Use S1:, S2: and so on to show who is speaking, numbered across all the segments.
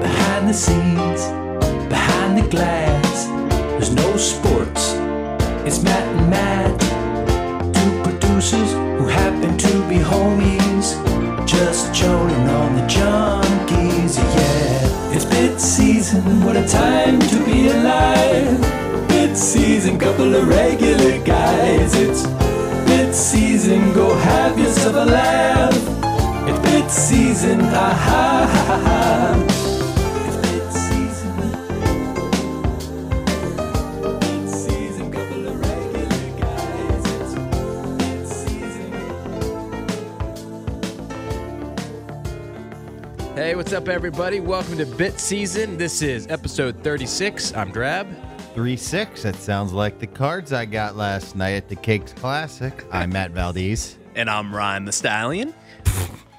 S1: Behind the scenes, behind the glass, there's no sports. It's Matt and Matt, two producers who happen to be homies, just joning on the junkies. Yeah, it's bit season. What a time to be alive! Bit season, couple of regular guys. It's bit season. Go have yourself a laugh. It's bit season. Ah ha ha ha. It's bit season. Bit season, couple of regular guys. It's bit season.
S2: Hey, what's up, everybody? Welcome to Bit Season. This is episode 36. I'm Drab.
S3: Three six. That sounds like the cards I got last night at the Cakes Classic. I'm Matt Valdez.
S2: And I'm Ryan the Stallion.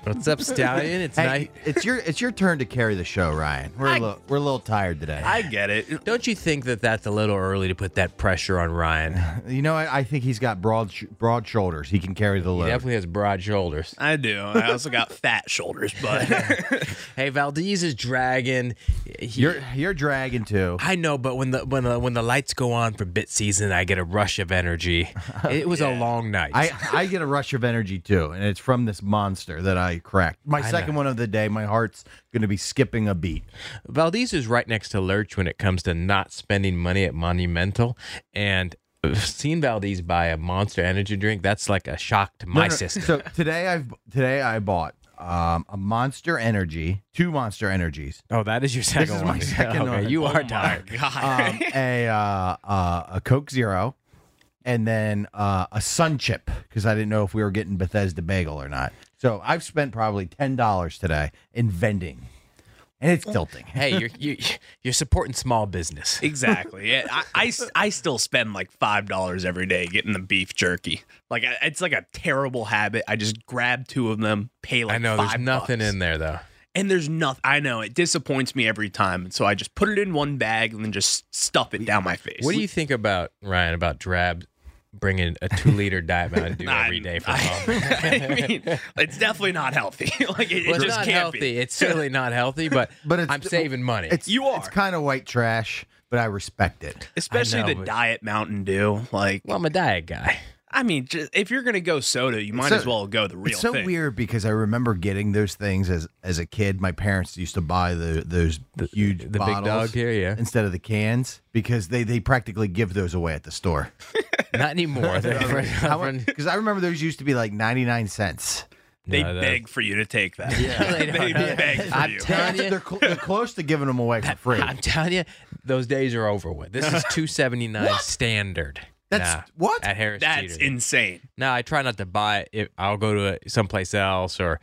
S2: What's up, Stallion? It's
S3: Hey,
S2: night.
S3: it's your it's your turn to carry the show, Ryan. We're a little, we're a little tired today.
S4: I get it.
S2: Don't you think that that's a little early to put that pressure on Ryan? He
S3: you know, I, I think he's got broad sh- broad shoulders. He can carry the load.
S2: definitely has broad shoulders.
S4: I do. I also got fat shoulders, but
S2: Hey, Valdez is dragon. He-
S3: You're you're dragging too.
S2: I know, but when the when the, when the lights go on for Bit Season, I get a rush of energy. It was a long night.
S3: I, I get a rush of energy too, and it's from this monster that I cracked. My second one of the day. My heart's going to be skipping a beat.
S2: Valdez is right next to Lurch when it comes to not spending money at Monumental. And seeing Valdez buy a monster energy drink, that's like a shock to my
S3: No, no,
S2: system.
S3: So today I've today I bought um, a Monster Energy, two Monster Energies,
S2: oh, that is your second
S3: is my
S2: one.
S3: second
S2: okay,
S3: one. Oh
S2: You are tired.
S4: God,
S3: um, a uh, uh, a Coke Zero, and then uh, a Sun Chip because I didn't know if we were getting Bethesda Bagel or not. So I've spent probably ten dollars today in vending, and it's tilting.
S2: Hey, you're you, you're supporting small business.
S4: exactly. Yeah, I, I s- I still spend like five dollars every day getting the beef jerky. Like I- it's like a terrible habit. I just grab two of them, pay like
S2: I know there's
S4: five
S2: nothing
S4: bucks.
S2: in there though.
S4: and there's nothing. I know it disappoints me every time, and so I just put it in one bag and then just stuff it down my face.
S2: What do you think about Ryan about drab bringing a two liter diet Mountain Dew
S4: I-
S2: every day for
S4: I,
S2: home?
S4: I mean, it's definitely not healthy. like it, it
S2: Well, it's
S4: just
S2: not
S4: can't
S2: healthy.
S4: be.
S2: It's certainly not healthy, but
S3: But it's-
S2: I'm saving money.
S3: It's
S4: You
S3: It's
S4: are.
S3: kind of white trash, but I respect it.
S4: Especially
S2: know,
S4: the
S2: but-
S4: diet Mountain Dew. Like
S2: well, I'm a diet guy.
S4: I mean, just, if you're gonna go soda, you might
S3: so-
S4: as well go the real
S3: it's so
S4: thing.
S3: weird because I remember getting those things as as a kid. My parents used to buy the those huge
S2: the big
S3: bottles
S2: dog here, yeah.
S3: instead of the cans because they they practically give those away at the store.
S2: Not anymore. They're- they're-
S3: Because I remember those used to be like ninety nine cents.
S4: They
S2: No, that-
S4: beg for you to take that.
S2: They
S4: they
S2: don't.
S4: beg for
S2: I'm
S4: you.
S2: telling-
S3: They're,
S2: you.
S3: they're, cl- they're close to giving them away for free.
S2: I'm telling you, those days are over with. This is 279 standard.
S3: That's- what?
S2: at Harris
S4: That's
S2: Teeter.
S4: insane.
S2: No, I try not to buy it. If- I'll go to a- someplace else or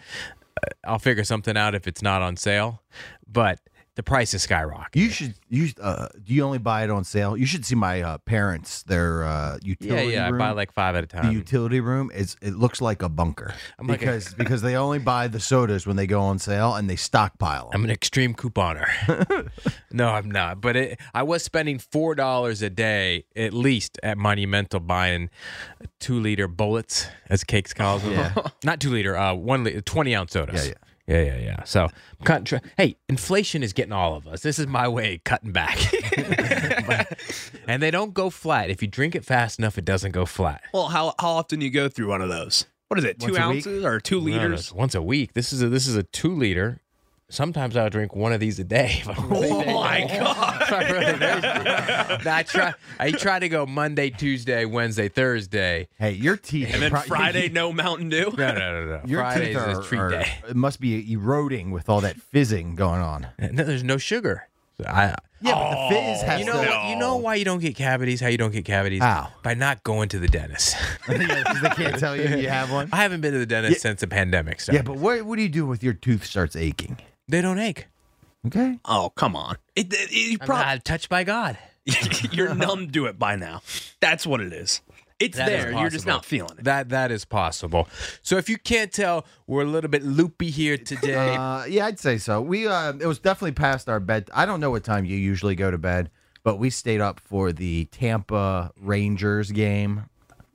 S2: uh, I'll figure something out if it's not on sale. But the price is skyrocketing.
S3: You should. You should, uh, do you only buy it on sale? You should see my uh, parents. Their uh,
S2: Yeah,
S3: utility
S2: yeah.
S3: room.
S2: I buy like five at a
S3: the
S2: time.
S3: utility room is. It looks like a bunker
S2: I'm like a-
S3: because because they only buy the sodas when they go on sale and they stockpile. 'em.
S2: I'm an extreme couponer. no, I'm not. But it, I was spending four dollars a day at least at Monumental buying two liter bullets, as Cakes calls them. Not two liter, uh, one li- twenty ounce sodas.
S3: Yeah,
S2: yeah, yeah, yeah. So, cut, tr- hey, inflation is getting all of us. This is my way of cutting back. But- and they don't go flat. If you drink it fast enough, it doesn't go flat.
S4: Well, how how often you go through one of those? What is it? Two
S3: Once a week?
S4: ounces or two
S2: No, no,
S4: liters?
S2: it's once a week. This is a this is a two liter sometimes I'll drink one of these a day. If I'm really
S4: Oh my
S2: thirsty.
S4: God.
S2: If I'm really thirsty. Now, I try. I try to go Monday, Tuesday, Wednesday, Thursday.
S3: Hey, your teeth.
S4: And then
S3: pro-
S4: Friday, no Mountain Dew.
S2: No, no, no, no.
S3: Your
S2: Friday's
S3: teeth are,
S2: a treat
S3: are-
S2: day.
S3: It must be eroding with all that fizzing going on.
S2: No, there's no sugar. So I,
S3: Yeah, but the fizz has
S2: you know,
S3: to.
S2: what- Oh. you know why you don't get cavities? How you don't get cavities?
S3: How?
S2: By not going to the dentist.
S3: Yeah, 'cause they can't tell you you have one.
S2: I haven't been to the dentist since the pandemic started.
S3: Yeah, but what what do you do with your tooth starts aching?
S2: they don't ache.
S3: Okay.
S4: Oh, come on. It, it, you
S2: I'm
S4: prob-
S2: not touched by God.
S4: you're numb to it by now. That's what it is. It's
S2: That is
S4: there. You're just
S2: possible.
S4: not feeling it.
S2: That that is possible. So if you can't tell, we're a little bit loopy here today.
S3: Uh, yeah, I'd say so. We uh, it was definitely past our bed. I don't know what time you usually go to bed, but we stayed up for the Tampa Rangers game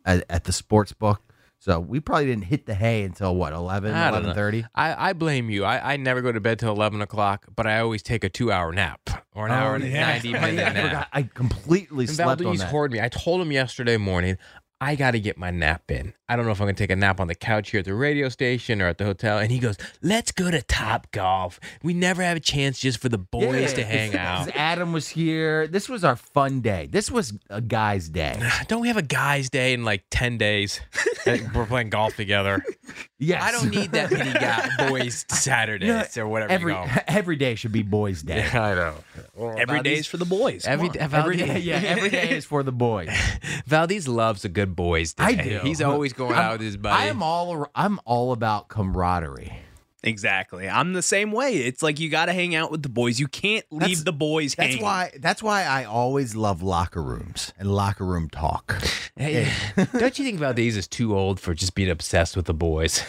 S3: at, at the sports book. So we probably didn't hit the hay until what 11,
S2: I don't know.
S3: 11.30?
S2: I, I blame you. I, I never go to bed till eleven o'clock, but I always take a two-hour nap or an hour and ninety minute
S3: Oh, I,
S2: nap.
S3: forgot. I completely
S2: And
S3: slept on
S2: Valdez
S3: that.
S2: hoard me. I told him yesterday morning, I got to get my nap in. I don't know if I'm going to take a nap on the couch here at the radio station or at the hotel. And he goes, "Let's go to Top Golf. We never have a chance just for the boys to hang out.
S3: Adam was here. This was our fun day. This was a guy's day.
S2: Don't we have a guys' day in like ten days? And we're playing golf together.
S3: Yes.
S2: I don't need that many guy boys Saturdays or whatever.
S3: every
S2: you call 'em.
S3: every day should be boys' day.
S2: I know.
S4: Every day is for the boys. Come
S2: Every,
S4: on.
S3: Every day, yeah, every day is for the boys.
S2: Valdez loves a good boys day.
S3: I do.
S2: He's always going out with his buddy.
S3: I am all ar- I'm all about camaraderie.
S4: Exactly. I'm the same way. It's like you got to hang out with the boys. You can't leave
S3: That's-
S4: the boys
S3: That's
S4: hanging.
S3: why that's why I always love locker rooms and locker room talk.
S2: Hey, don't you think Valdez is too old for just being obsessed with the boys?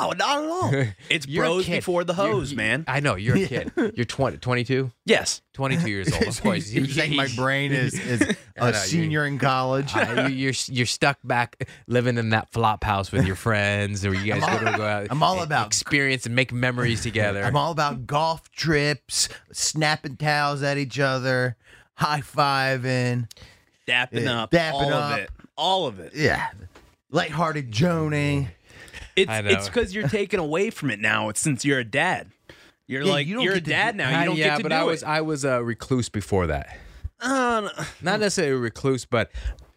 S4: No, not at all. It's
S2: You're a
S4: bros
S2: kid.
S4: before the
S2: You're-
S4: hose,
S2: you-
S4: man.
S2: I know you're a kid. You're 20, 22,
S4: yes.
S2: 22 years old. Of course,
S3: You think my brain is is
S2: know,
S3: a
S2: you-
S3: senior in college?
S2: Uh, you, you're you're stuck back uh, living in that flop house with your friends, or you guys go to go out.
S3: I'm all
S2: and
S3: about-
S2: experience and make memories together.
S3: I'm all about golf trips, snapping towels at each other, high fiving.
S4: Dapping
S3: Yeah,
S4: up.
S3: dapping
S4: all
S3: up.
S4: of it. All of it.
S3: Yeah. Lighthearted joning.
S4: It's
S2: I know.
S4: it's because you're taken away from it now. It's since you're a dad. You're
S3: Yeah,
S4: like
S3: you
S4: you
S3: don't
S4: are a
S3: get to do-
S4: dad now. You don't
S2: yeah,
S4: get to
S2: but
S4: do
S2: I
S4: it.
S2: was I was a recluse before that.
S4: Uh, no.
S2: Not necessarily a recluse, but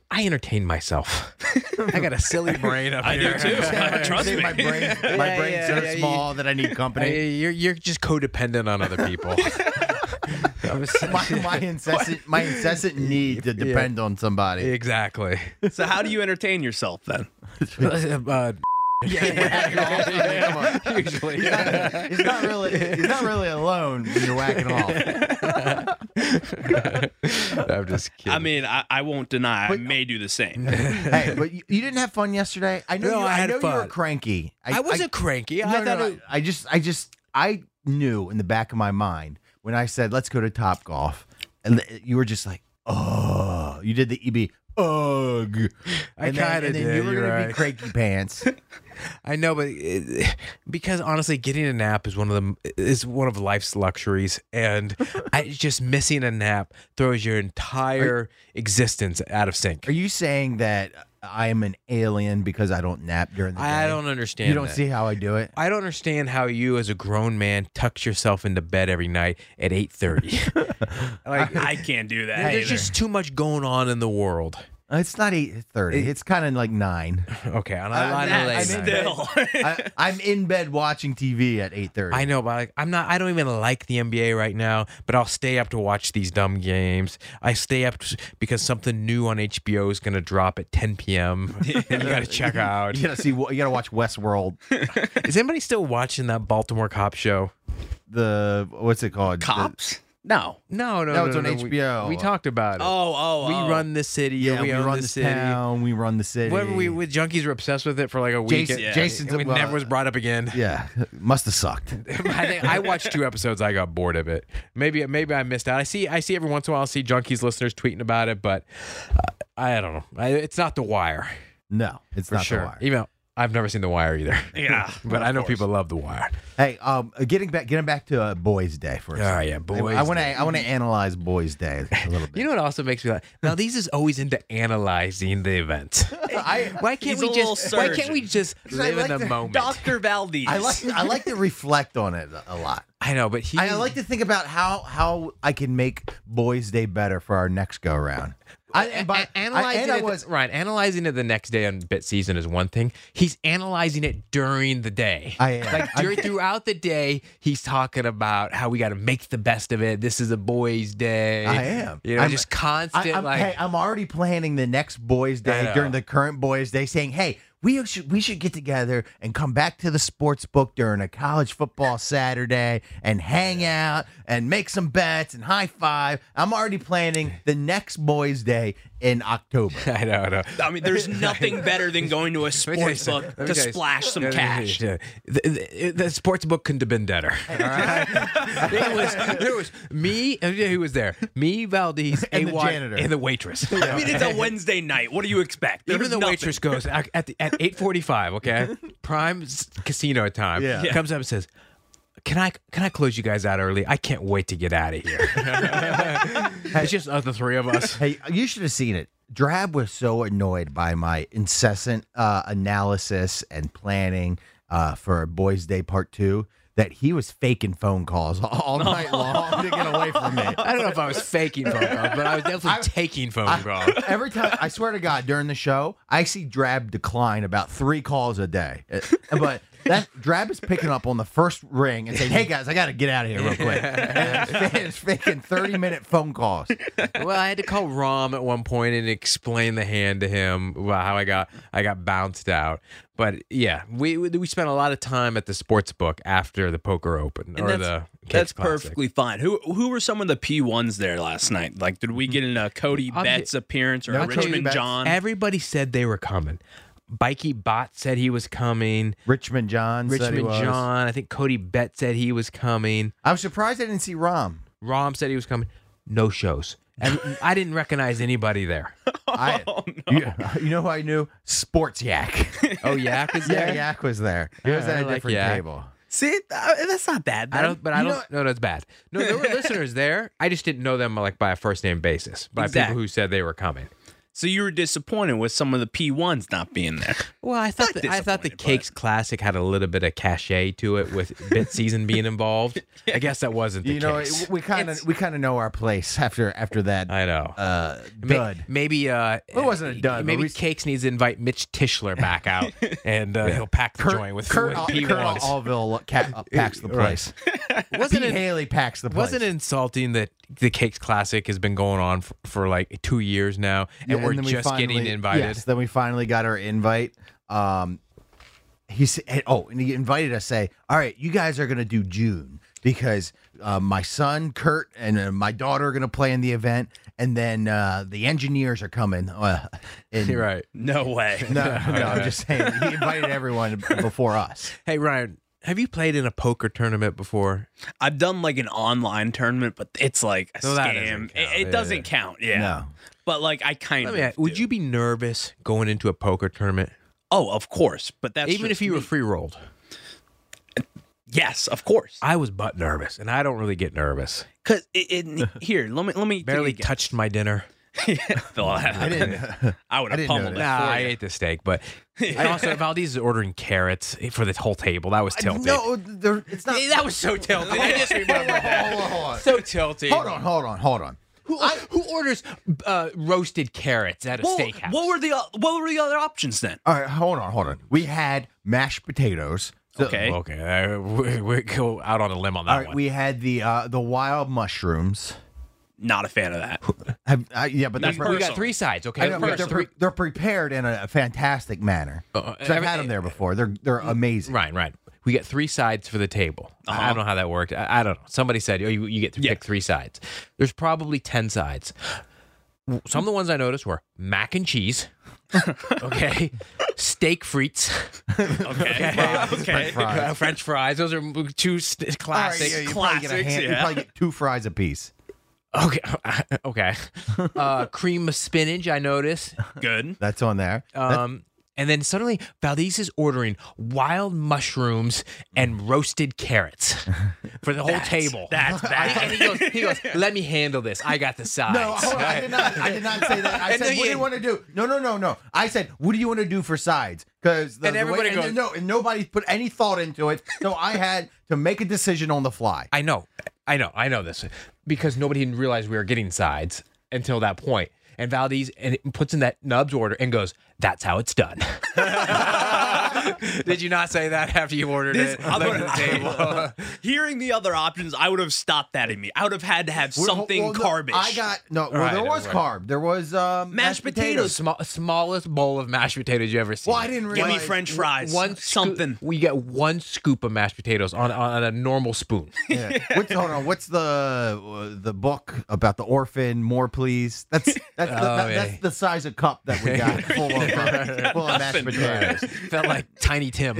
S2: I entertain myself. I got a silly brain up
S4: I
S2: here.
S4: do too. Trust
S3: Say
S4: me.
S3: my brain, my
S2: Yeah,
S3: brain's
S2: yeah,
S3: so
S2: yeah, yeah.
S3: small that I need
S2: I-
S3: company.
S2: you're you're just codependent on other people. I'm just-
S3: my, my incessant my incessant need to depend on somebody.
S2: exactly.
S4: So how do you entertain yourself then?
S2: Uh, usually.
S3: It's not really it's not really alone when you're whacking off.
S2: I'm just kidding.
S4: I mean, I, I won't deny. I may do the same.
S3: Hey, but you, you didn't have fun yesterday. I know
S2: No,
S3: you,
S2: I
S3: I,
S2: had
S3: know you were
S2: fun.
S3: cranky.
S2: I wasn't cranky.
S3: I,
S2: I
S3: no, no,
S2: thought
S3: no,
S2: it,
S3: I just I just I knew in the back of my mind when I said let's go to Top Golf and th- you were just like, "Oh, you did the EB Ugh.
S2: I
S3: And then-
S2: kinda
S3: and then
S2: did,
S3: You were
S2: you're
S3: gonna be
S2: right.
S3: cranky pants.
S2: I know, but it, because honestly, getting a nap is one of the is one of life's luxuries, and I just missing a nap throws your entire existence out of sync.
S3: Are you saying that I am an alien because I don't nap during the day?
S2: I don't understand.
S3: You don't
S2: that.
S3: see how I do it.
S2: I don't understand how you, as a grown man, tucks yourself into bed every night at eight thirty. like
S4: I can't do that.
S2: there's
S4: either.
S2: just too much going on in the world.
S3: Uh, It's not eight thirty. It's kind of like nine.
S2: Okay, and I,
S3: Uh,
S2: I,
S3: that-
S2: I,
S3: I mean, that-
S4: still.
S3: I, I'm in bed watching TV at eight thirty.
S2: I know, but like, I'm not. I don't even like the NBA right now. But I'll stay up to watch these dumb games. I stay up t- because something new on HBO is gonna drop at 10 p.m. and you gotta check out.
S3: You gotta see. You gotta watch Westworld.
S2: Is anybody still watching that Baltimore cop show?
S3: The what's it called? The-
S4: Cops? No.
S2: No, no,
S3: No,
S2: no.
S3: it's on
S2: we-
S3: HBO.
S2: We, talked about it.
S4: Oh, oh,
S2: we
S4: oh.
S2: run the city.
S3: yeah, we,
S2: own
S3: run
S2: the
S3: the
S2: city.
S3: town. We run the city.
S2: Whatever we with junkies were obsessed with it for like a week.
S3: Jason-
S2: and-
S3: Jason's-
S2: and it
S3: well,
S2: never was brought up again.
S3: yeah, must have sucked.
S2: I think I watched two episodes. I got bored of it. Maybe maybe I missed out. I see I see every once in a while I see junkies listeners tweeting about it, but uh, I, I don't know. I, it's not The Wire
S3: No, it's
S2: for
S3: not
S2: sure.
S3: The wire.
S2: Even though I've never seen The Wire either.
S4: Yeah.
S2: but I know people love The Wire.
S3: Hey, um, getting back, getting back to uh, Boys Day for a
S2: Oh,
S3: second.
S2: yeah, Boys
S3: I want to, I want to analyze Boys Day a little bit.
S2: You know what also makes me like now these is always into analyzing the event.
S3: I,
S2: Why can't
S4: He's
S2: we
S4: a little
S2: just why can't we just
S3: I
S2: live in
S3: like
S2: the
S3: the
S2: moment?
S4: Dr. Valdez.
S3: I like, I like to reflect on it a- a lot.
S2: I know, but he.
S3: I like to think about how how I can make Boys Day better for our next go round. I, and by,
S2: A- analyzing
S3: I, and I
S2: it,
S3: was
S2: Ryan, analyzing it the next day on bit season is one thing. He's analyzing it during the day.
S3: I am.
S2: like during, throughout the day, he's talking about how we got to make the best of it. This is a boys' day.
S3: I am.
S2: You know,
S3: I'm-
S2: just constant
S3: I, am
S2: like.
S3: hey, I'm already planning the next Boys Day
S2: know.
S3: during the current Boys Day, saying, "Hey, we should we should get together and come back to the sports book during a college football Saturday and hang out and make some bets and high five. I'm already planning the next Boys Day in October.
S2: I know, I know.
S4: I mean, there's nothing better than going to a
S2: Let me tell you
S4: sports
S2: something.
S4: book
S2: Let me
S4: to
S2: tell you
S4: splash some
S2: something. Let me
S4: cash.
S2: tell you something. The, the, the sports book couldn't have been better. it was there was me and who was there? Me, Valdez,
S3: And the
S2: AY,
S3: janitor.
S2: and the waitress.
S4: I mean, it's a Wednesday night. What do you expect?
S2: Even
S4: There's
S2: the
S4: nothing.
S2: waitress goes at at the, at eight forty five. Okay, prime s- casino time.
S3: Yeah.
S2: Yeah. comes up and says. Can I can I close you guys out early? I can't wait to get out of here. it's just us, the three of us.
S3: Hey, you should have seen it. Drab was so annoyed by my incessant uh, analysis and planning uh, for Boys Day Part Two that he was faking phone calls all night long to get away from me.
S2: I don't know if I was faking phone calls, but I was definitely taking phone calls.
S3: Every time, I swear to God, during the show, I see Drab decline about three calls a day. Uh, But that Drab is picking up on the first ring and saying, "Hey guys, I got to get out of here real quick." And it's faking thirty-minute phone calls.
S2: well, I had to call Rom at one point and explain the hand to him about how I got I got bounced out. But yeah, we we we spent a lot of time at the sports book after the poker open
S4: And
S2: or
S4: that's,
S2: the Cakes
S4: that's
S2: Classic.
S4: perfectly fine. Who who were some of the P ones there last night? Like, did we get in a Cody
S2: I'll
S4: Betts appearance or
S3: No
S4: a
S3: Cody
S4: Richmond
S3: Betts.
S4: John?
S2: Everybody said they were coming. Bikey Bot said he was coming.
S3: Richmond John, said he
S2: Richmond
S3: was.
S2: John, I think Cody Bett said he was coming.
S3: I'm surprised I didn't see Rom.
S2: Rom said he was coming. No shows. And I didn't recognize anybody there.
S3: I, you, you know who I knew? Sports Yak.
S2: Oh, Yak is there.
S3: yeah, Yak was there. He was
S2: Yeah, I
S3: at a
S2: like
S3: different
S2: Yak.
S3: table.
S4: See, uh, that's not bad.
S2: I don't, but I
S3: You
S2: don't. No, that's bad. No, there were listeners there. I just didn't know them like by a first name basis by
S4: Exact-
S2: people who said they were coming.
S4: So you were disappointed with some of the P ones not being there.
S2: Well, I thought the, I thought the
S4: disappointed, but-
S2: Cakes Classic had a little bit of cachet to it with bit season being involved. I guess that wasn't the
S3: You know,
S2: case.
S3: we kind of we kind of know our place after after that
S2: I know.
S3: uh,
S2: May-
S3: dud.
S2: Maybe uh,
S3: It wasn't a dud, but
S2: Maybe
S3: we-
S2: Cakes needs to invite Mitch Tischler back out, and uh, he'll pack the joint with,
S3: Kurt,
S2: with
S3: Al-
S2: P
S3: Kurt Al-
S2: ones.
S3: Allville ca- uh, packs the place. Pete
S2: Wasn't it
S3: Haley packs the place.
S2: wasn't it insulting that the Cakes Classic has been going on for, for like two years now, and
S3: Yeah,
S2: we're
S3: then we
S2: just getting
S3: finally-
S2: invited?
S3: Yes, then we finally got our invite. Um, he said, "Oh, and he invited us. Say, all right, you guys are gonna do June because uh, my son Kurt and uh, my daughter are gonna play in the event, and then uh, the engineers are coming." Uh, in-
S2: You're right.
S4: No way.
S3: No, no, I'm just saying he invited everyone before us.
S2: Hey Ryan, have you played in a poker tournament before?
S4: I've done like an online tournament, but it's like a
S2: So that doesn't
S4: scam.
S2: count.
S4: It, it
S2: Yeah,
S4: doesn't
S2: yeah.
S4: count. Yeah.
S3: No.
S4: But like, I kind
S2: Let
S4: of.
S2: me ask, would
S4: do.
S2: you be nervous going into a poker tournament,
S4: Oh, of course. But that's
S2: even if
S4: just
S2: you were
S4: me.
S2: free rolled?
S4: Yes, of course.
S2: I was butt nervous, and I don't really get nervous.
S4: Because it, it, here, let me let me
S2: Barely
S4: take
S2: touched my dinner.
S4: a guess. Well, I,
S3: didn't-
S4: would
S3: I
S4: have
S3: didn't
S4: pummeled
S3: notice.
S4: it.
S2: Nah,
S4: for
S2: I
S4: you.
S2: ate the steak, but and also Valdez is ordering carrots for the whole table. That was tilting.
S3: No, there- it's not.
S2: Hey, that was so tilting. I just remembered
S3: Hold on,
S2: that.
S3: hold on.
S2: So tilting.
S3: Hold on, hold on, hold on.
S2: Who, who orders uh, roasted carrots at a
S4: Well,
S2: steakhouse?
S4: what were the o- what were the other options then?
S3: All right, hold on, hold on. We had mashed potatoes. So-
S4: Okay.
S2: Okay, uh, we, we go out on a limb on that
S3: All right,
S2: one.
S3: we had the uh, the wild mushrooms.
S4: Not a fan of that.
S3: Have, uh, yeah, but they're,
S4: Me
S3: pre-
S2: we
S4: personally.
S2: got three sides. Okay,
S3: I know, but they're, pre- they're prepared in a, fantastic manner.
S2: Uh,
S3: So I've had them there before. They're they're amazing.
S2: Mm, Right, right. We get three sides for the table. I-
S3: Uh-huh.
S2: I don't know how that worked. I, I don't know. Somebody said, "Oh, you, you get to
S4: Yeah.
S2: pick three sides." There's probably ten sides. Some of the ones I noticed were mac and cheese, okay, steak frites,
S4: Okay. okay.
S3: Fries.
S2: uh, French fries. Those are two st-
S3: All right,
S2: classic.
S3: yeah, you probably get a
S4: classics,
S3: hand- You
S4: yeah.
S3: probably get two fries apiece.
S2: Okay, okay. Uh, cream of spinach. I noticed.
S4: Good.
S3: That's on there.
S2: Um, And then suddenly Valdez is ordering wild mushrooms and roasted carrots for the whole table.
S4: that's bad.
S2: And he goes, he goes, let me handle this. I got the sides.
S3: No, hold on, I did not. I did not say that. I
S2: And
S3: said,
S2: then
S3: "What do
S2: you-
S3: you want to do?" No, no, no, no. I said, "What do you want to do for sides?" Because
S2: And everybody goes-
S3: no, and nobody put any thought into it. So I had to make a decision on the fly.
S2: I know, I know, I know this because nobody even realized we were getting sides until that point. And Valdez and it puts in that Nubs order and goes, "That's how it's done." Did you not say that after you ordered it?
S4: I'm
S2: Look at
S4: gonna-
S2: the table.
S4: Hearing the other options, I would have stopped that in me. I would have had to have something
S3: well, no,
S4: carbish.
S3: I got no. Well,
S2: right,
S3: there was
S2: right.
S3: carb. There was um,
S4: Mashed potatoes.
S2: Small, smallest bowl of mashed potatoes you ever seen.
S3: Well, I didn't
S4: Give
S3: realize.
S4: me French fries.
S2: One scoo-
S4: something.
S2: we get one scoop of mashed potatoes on, on a normal spoon.
S3: Yeah. What's, hold on. What's the uh, the book about the orphan? More, please. That's that's the,
S2: Oh,
S3: that-
S2: yeah.
S3: that's the size of cup that we got. Full of, uh, full of mashed potatoes.
S2: Felt like Tiny Tim.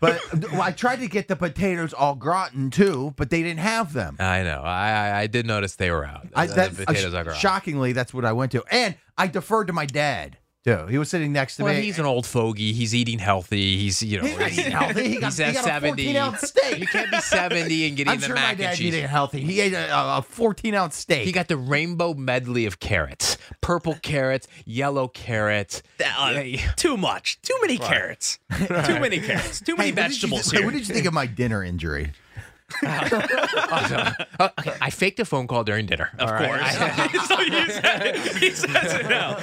S3: But well, I tried to get the potatoes all gratin too, but they didn't have them.
S2: I know. I, I I did notice they were out.
S3: I,
S2: Uh, The
S3: that,
S2: potatoes
S3: uh,
S2: are gone.
S3: shockingly, that's what I went to, and I deferred to my dad too. He was sitting next to
S2: Well,
S3: me.
S2: he's an old fogey. He's eating healthy. He's you know
S3: He's not
S2: he's-
S3: eating healthy. He got-
S2: he's
S3: he
S2: at
S3: got a
S2: 70.
S3: 14-ounce steak.
S2: You can't be seventy and getting
S3: I'm
S2: the
S3: sure my
S2: mac and
S3: dad's eating
S2: cheese.
S3: healthy. He ate a, a 14 ounce steak.
S2: He got the rainbow medley of carrots: purple carrots, yellow carrots.
S4: Uh,
S2: Yeah.
S4: Too much. Too many carrots. Too many carrots. Too many
S3: Hey, what did you
S4: vegetables
S3: th-
S4: here.
S3: What did you think of my dinner injury?
S2: Oh, okay, I faked a phone call during dinner.
S4: of course. so he said it. He says it now.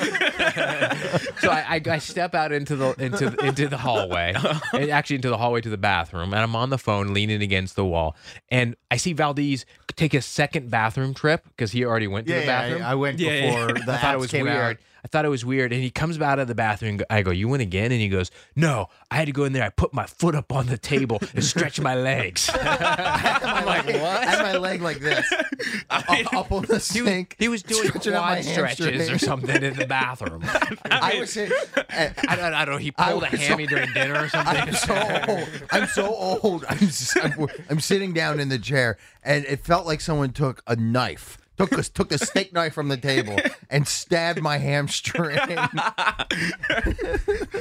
S2: so I, I, I step out into the into the- into the hallway,
S3: Uh-huh.
S2: and actually into the hallway to the bathroom, and I'm on the phone leaning against the wall, and I see Valdez take his second bathroom trip because he already went to the bathroom.
S3: I went
S4: Yeah, yeah, yeah.
S3: before the
S2: I thought it was weird. I thought it was weird. And he comes out of the bathroom. and go- I go, "You went again?" And he goes, "No, I had to go in there. I put my foot up on the table and stretch my legs." I'm like,
S3: I
S2: "What?"
S3: had my leg like this, up, up on the sink.
S2: He was doing
S3: Stretching out my
S2: quad stretches or
S3: hamstring.
S2: something in the bathroom.
S3: I was sitting.
S2: I don't, I don't know. He
S3: I
S2: pulled a
S3: was
S2: hammy during dinner or something.
S3: I'm so old. I'm so old. I'm, s- I'm I'm sitting down in the chair, and it felt like someone took a knife, took a, took the steak knife from the table, and stabbed my hamstring.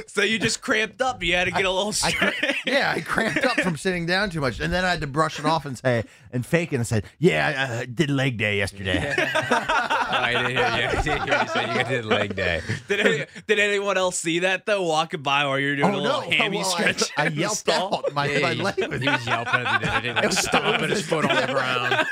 S4: So you just cramped up. You had to get a little
S3: I cra-
S4: straight.
S3: yeah, I cramped up from sitting down too much, and then I had to brush it off and say and fake it and said, "Yeah, I uh, did leg day yesterday."
S2: Oh, I didn't hear you. I didn't hear you say you did leg day.
S4: Did, any, did anyone else see that though? Walking by while
S3: Oh,
S4: you're doing a little hammy
S3: Well, I-
S4: stretch.
S3: I,
S4: in the
S3: yelped
S4: stall?
S3: out. My, my
S2: He,
S3: leg was
S2: he was yelping at the dinner table, like stomping his foot on the ground.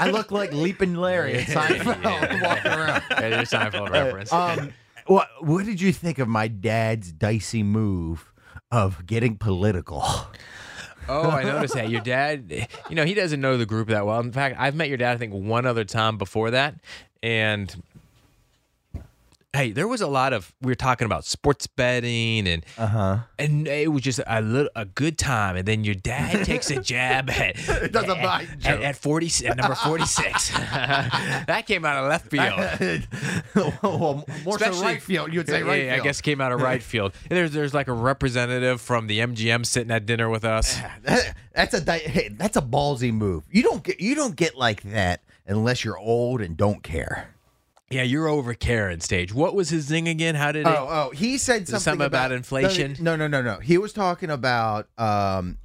S3: I look like Leaping Larry at Seinfeld walking around.
S2: Yeah, there's Seinfeld reference.
S3: Um, what what did you think of my dad's dicey move of getting political?
S2: Oh, I noticed that. Your dad, you know, he doesn't know the group that well. In fact, I've met your dad, I think, one other time before that. And hey, there was a lot of, we were talking about sports betting and, uh-huh. and it was just a little, a good time. And then your dad takes a jab at,
S3: Doesn't
S2: at,
S3: mind
S2: at-
S3: joke.
S2: at 40, at number 46. that came out of left field.
S3: well, more so right field, you'd say
S2: Yeah,
S3: right
S2: yeah,
S3: field.
S2: I guess came out of right field. And there's there's like a representative from the MGM sitting at dinner with us.
S3: That- that's a di- hey, that's a ballsy move. You don't get you don't get like that unless you're old and don't care.
S2: Yeah, you're over Karen stage. What was his zing again? How did
S3: Oh, oh, he said
S2: something
S3: something,
S2: about inflation?
S3: No, no, no, no. He was talking about um,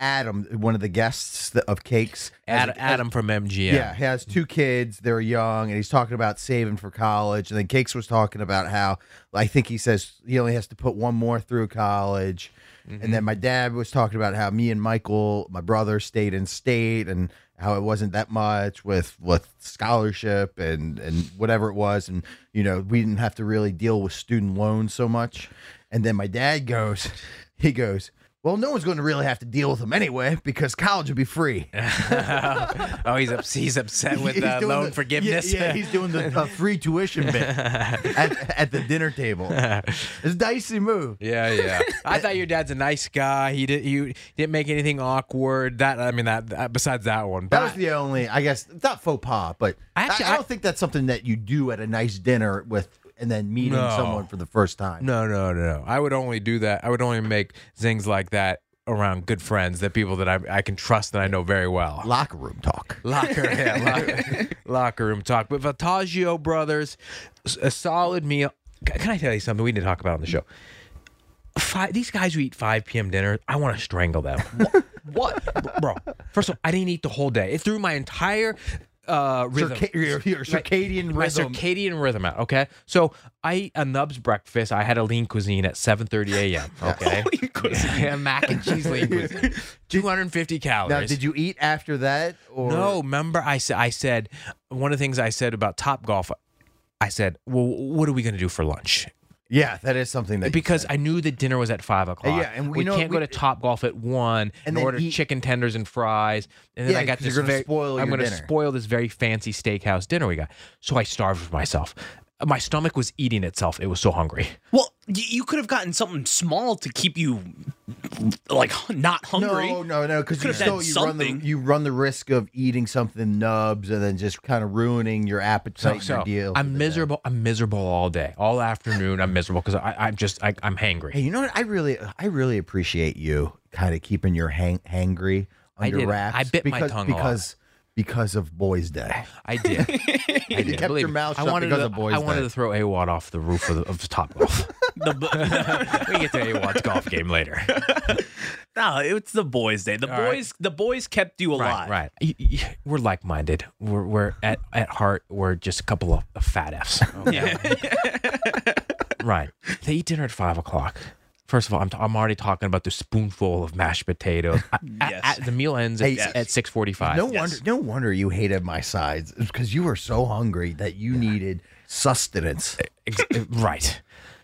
S3: Adam, one of the guests that- of Cakes.
S2: it?
S3: has
S2: Ad,
S3: a-
S2: Adam from MGM.
S3: Yeah, he has two kids. They're young, and he's talking about saving for college. And then Cakes was talking about how I think he says he only has to put one more through college. And then my dad was talking about how me and Michael, my brother, stayed in state, and how it wasn't that much with with scholarship and and whatever it was, and you know we didn't have to really deal with student loans so much. And then my dad goes, he goes. Well, no one's going to really have to deal with them anyway because college will be free.
S2: oh, he's ups, he's upset with
S3: He's
S2: uh,
S3: doing
S2: loan
S3: the-
S2: forgiveness.
S3: Yeah, yeah, he's doing the uh, free tuition bit at, at the dinner table. It's a dicey move.
S2: yeah, yeah. I thought your dad's a nice guy. He didn't you didn't make anything awkward. That I mean that, that- besides that one.
S3: That
S2: But
S3: was the only, I guess, not faux pas, but
S2: Actually,
S3: Actually, I,
S2: I-
S3: don't think that's something that you do at a nice dinner with and then meeting
S2: No.
S3: someone for the first time.
S2: no, no, no, no. I would only do that. I would only make zings like that around good friends, that people that I I can trust that I know very well.
S3: Locker room talk.
S2: Locker, yeah, locker, locker room talk. But Vitaggio brothers, s- a solid meal. C- Can I tell you something we need to talk about on the show? five, these guys who eat 5 p.m. dinner, I want to strangle them. what? Bro, first of all, I didn't eat the whole day. It threw my entire uh, rhythm.
S3: Circa- your, your
S2: Right.
S3: circadian
S2: My
S3: rhythm.
S2: circadian rhythm out. Okay, so I eat a Nubs breakfast. I had a lean cuisine at 7:30 a.m.
S3: Oh,
S2: Okay, Yeah, mac and cheese lean cuisine, 250 calories.
S3: now, did you eat after that? Or
S2: No, remember I said I said one of the things I said about Top Golf. I said, "Well, what are we going to do for lunch?"
S3: Yeah, that is something that
S2: Because I knew the dinner was at five o'clock.
S3: yeah, and we
S2: we
S3: know-
S2: can't
S3: we-
S2: go to Top Golf at one
S3: And
S2: and,
S3: then
S2: order
S3: eat-
S2: chicken tenders and fries. And then
S3: Yeah,
S2: I got
S3: 'cause you're
S2: this
S3: gonna
S2: very,
S3: spoil
S2: I'm
S3: your
S2: gonna
S3: dinner.
S2: spoil this very fancy steakhouse dinner we got. So I starved myself. My stomach was eating itself. It was so hungry.
S4: Well, y- you could have gotten something small to keep you like not hungry.
S3: No, no, no, because you still
S4: Could've done
S3: you run the
S4: something.
S3: you run the risk of eating something nubs and then just kind of ruining your appetite. and your deal for
S2: I'm
S3: the day.
S2: miserable. I'm miserable all day, all afternoon. I'm miserable because I'm just I, I'm hangry.
S3: Hey, you know what? I really, I really appreciate you kind of keeping your hang hangry under
S2: did.
S3: wraps.
S2: I bit my
S3: because,
S2: tongue a lot.
S3: because because of Boys Day.
S2: I did. I did.
S3: kept
S2: Believe
S3: your
S2: me.
S3: mouth
S2: I
S3: shut
S2: wanted
S3: because
S2: to,
S3: of Boys
S2: I wanted
S3: Day.
S2: to throw Awad off the roof of, the, of Top Golf. we get to Awad's golf game later.
S4: No, it's the boys' day. The
S2: right.
S4: boys, the boys kept you alive.
S2: Right, right. Y- y- We're like-minded. We're, we're at, at heart, we're just a couple of, of fat Fs. right. They eat dinner at 5 o'clock. First of all, I'm, t- I'm already talking about the spoonful of mashed potatoes. I- at-
S4: Yes.
S2: at- the meal ends at,
S3: Hey,
S2: at 6.45.
S3: No wonder, no wonder you hated my sides because you were so hungry that you needed sustenance.
S2: Ex- eh, right.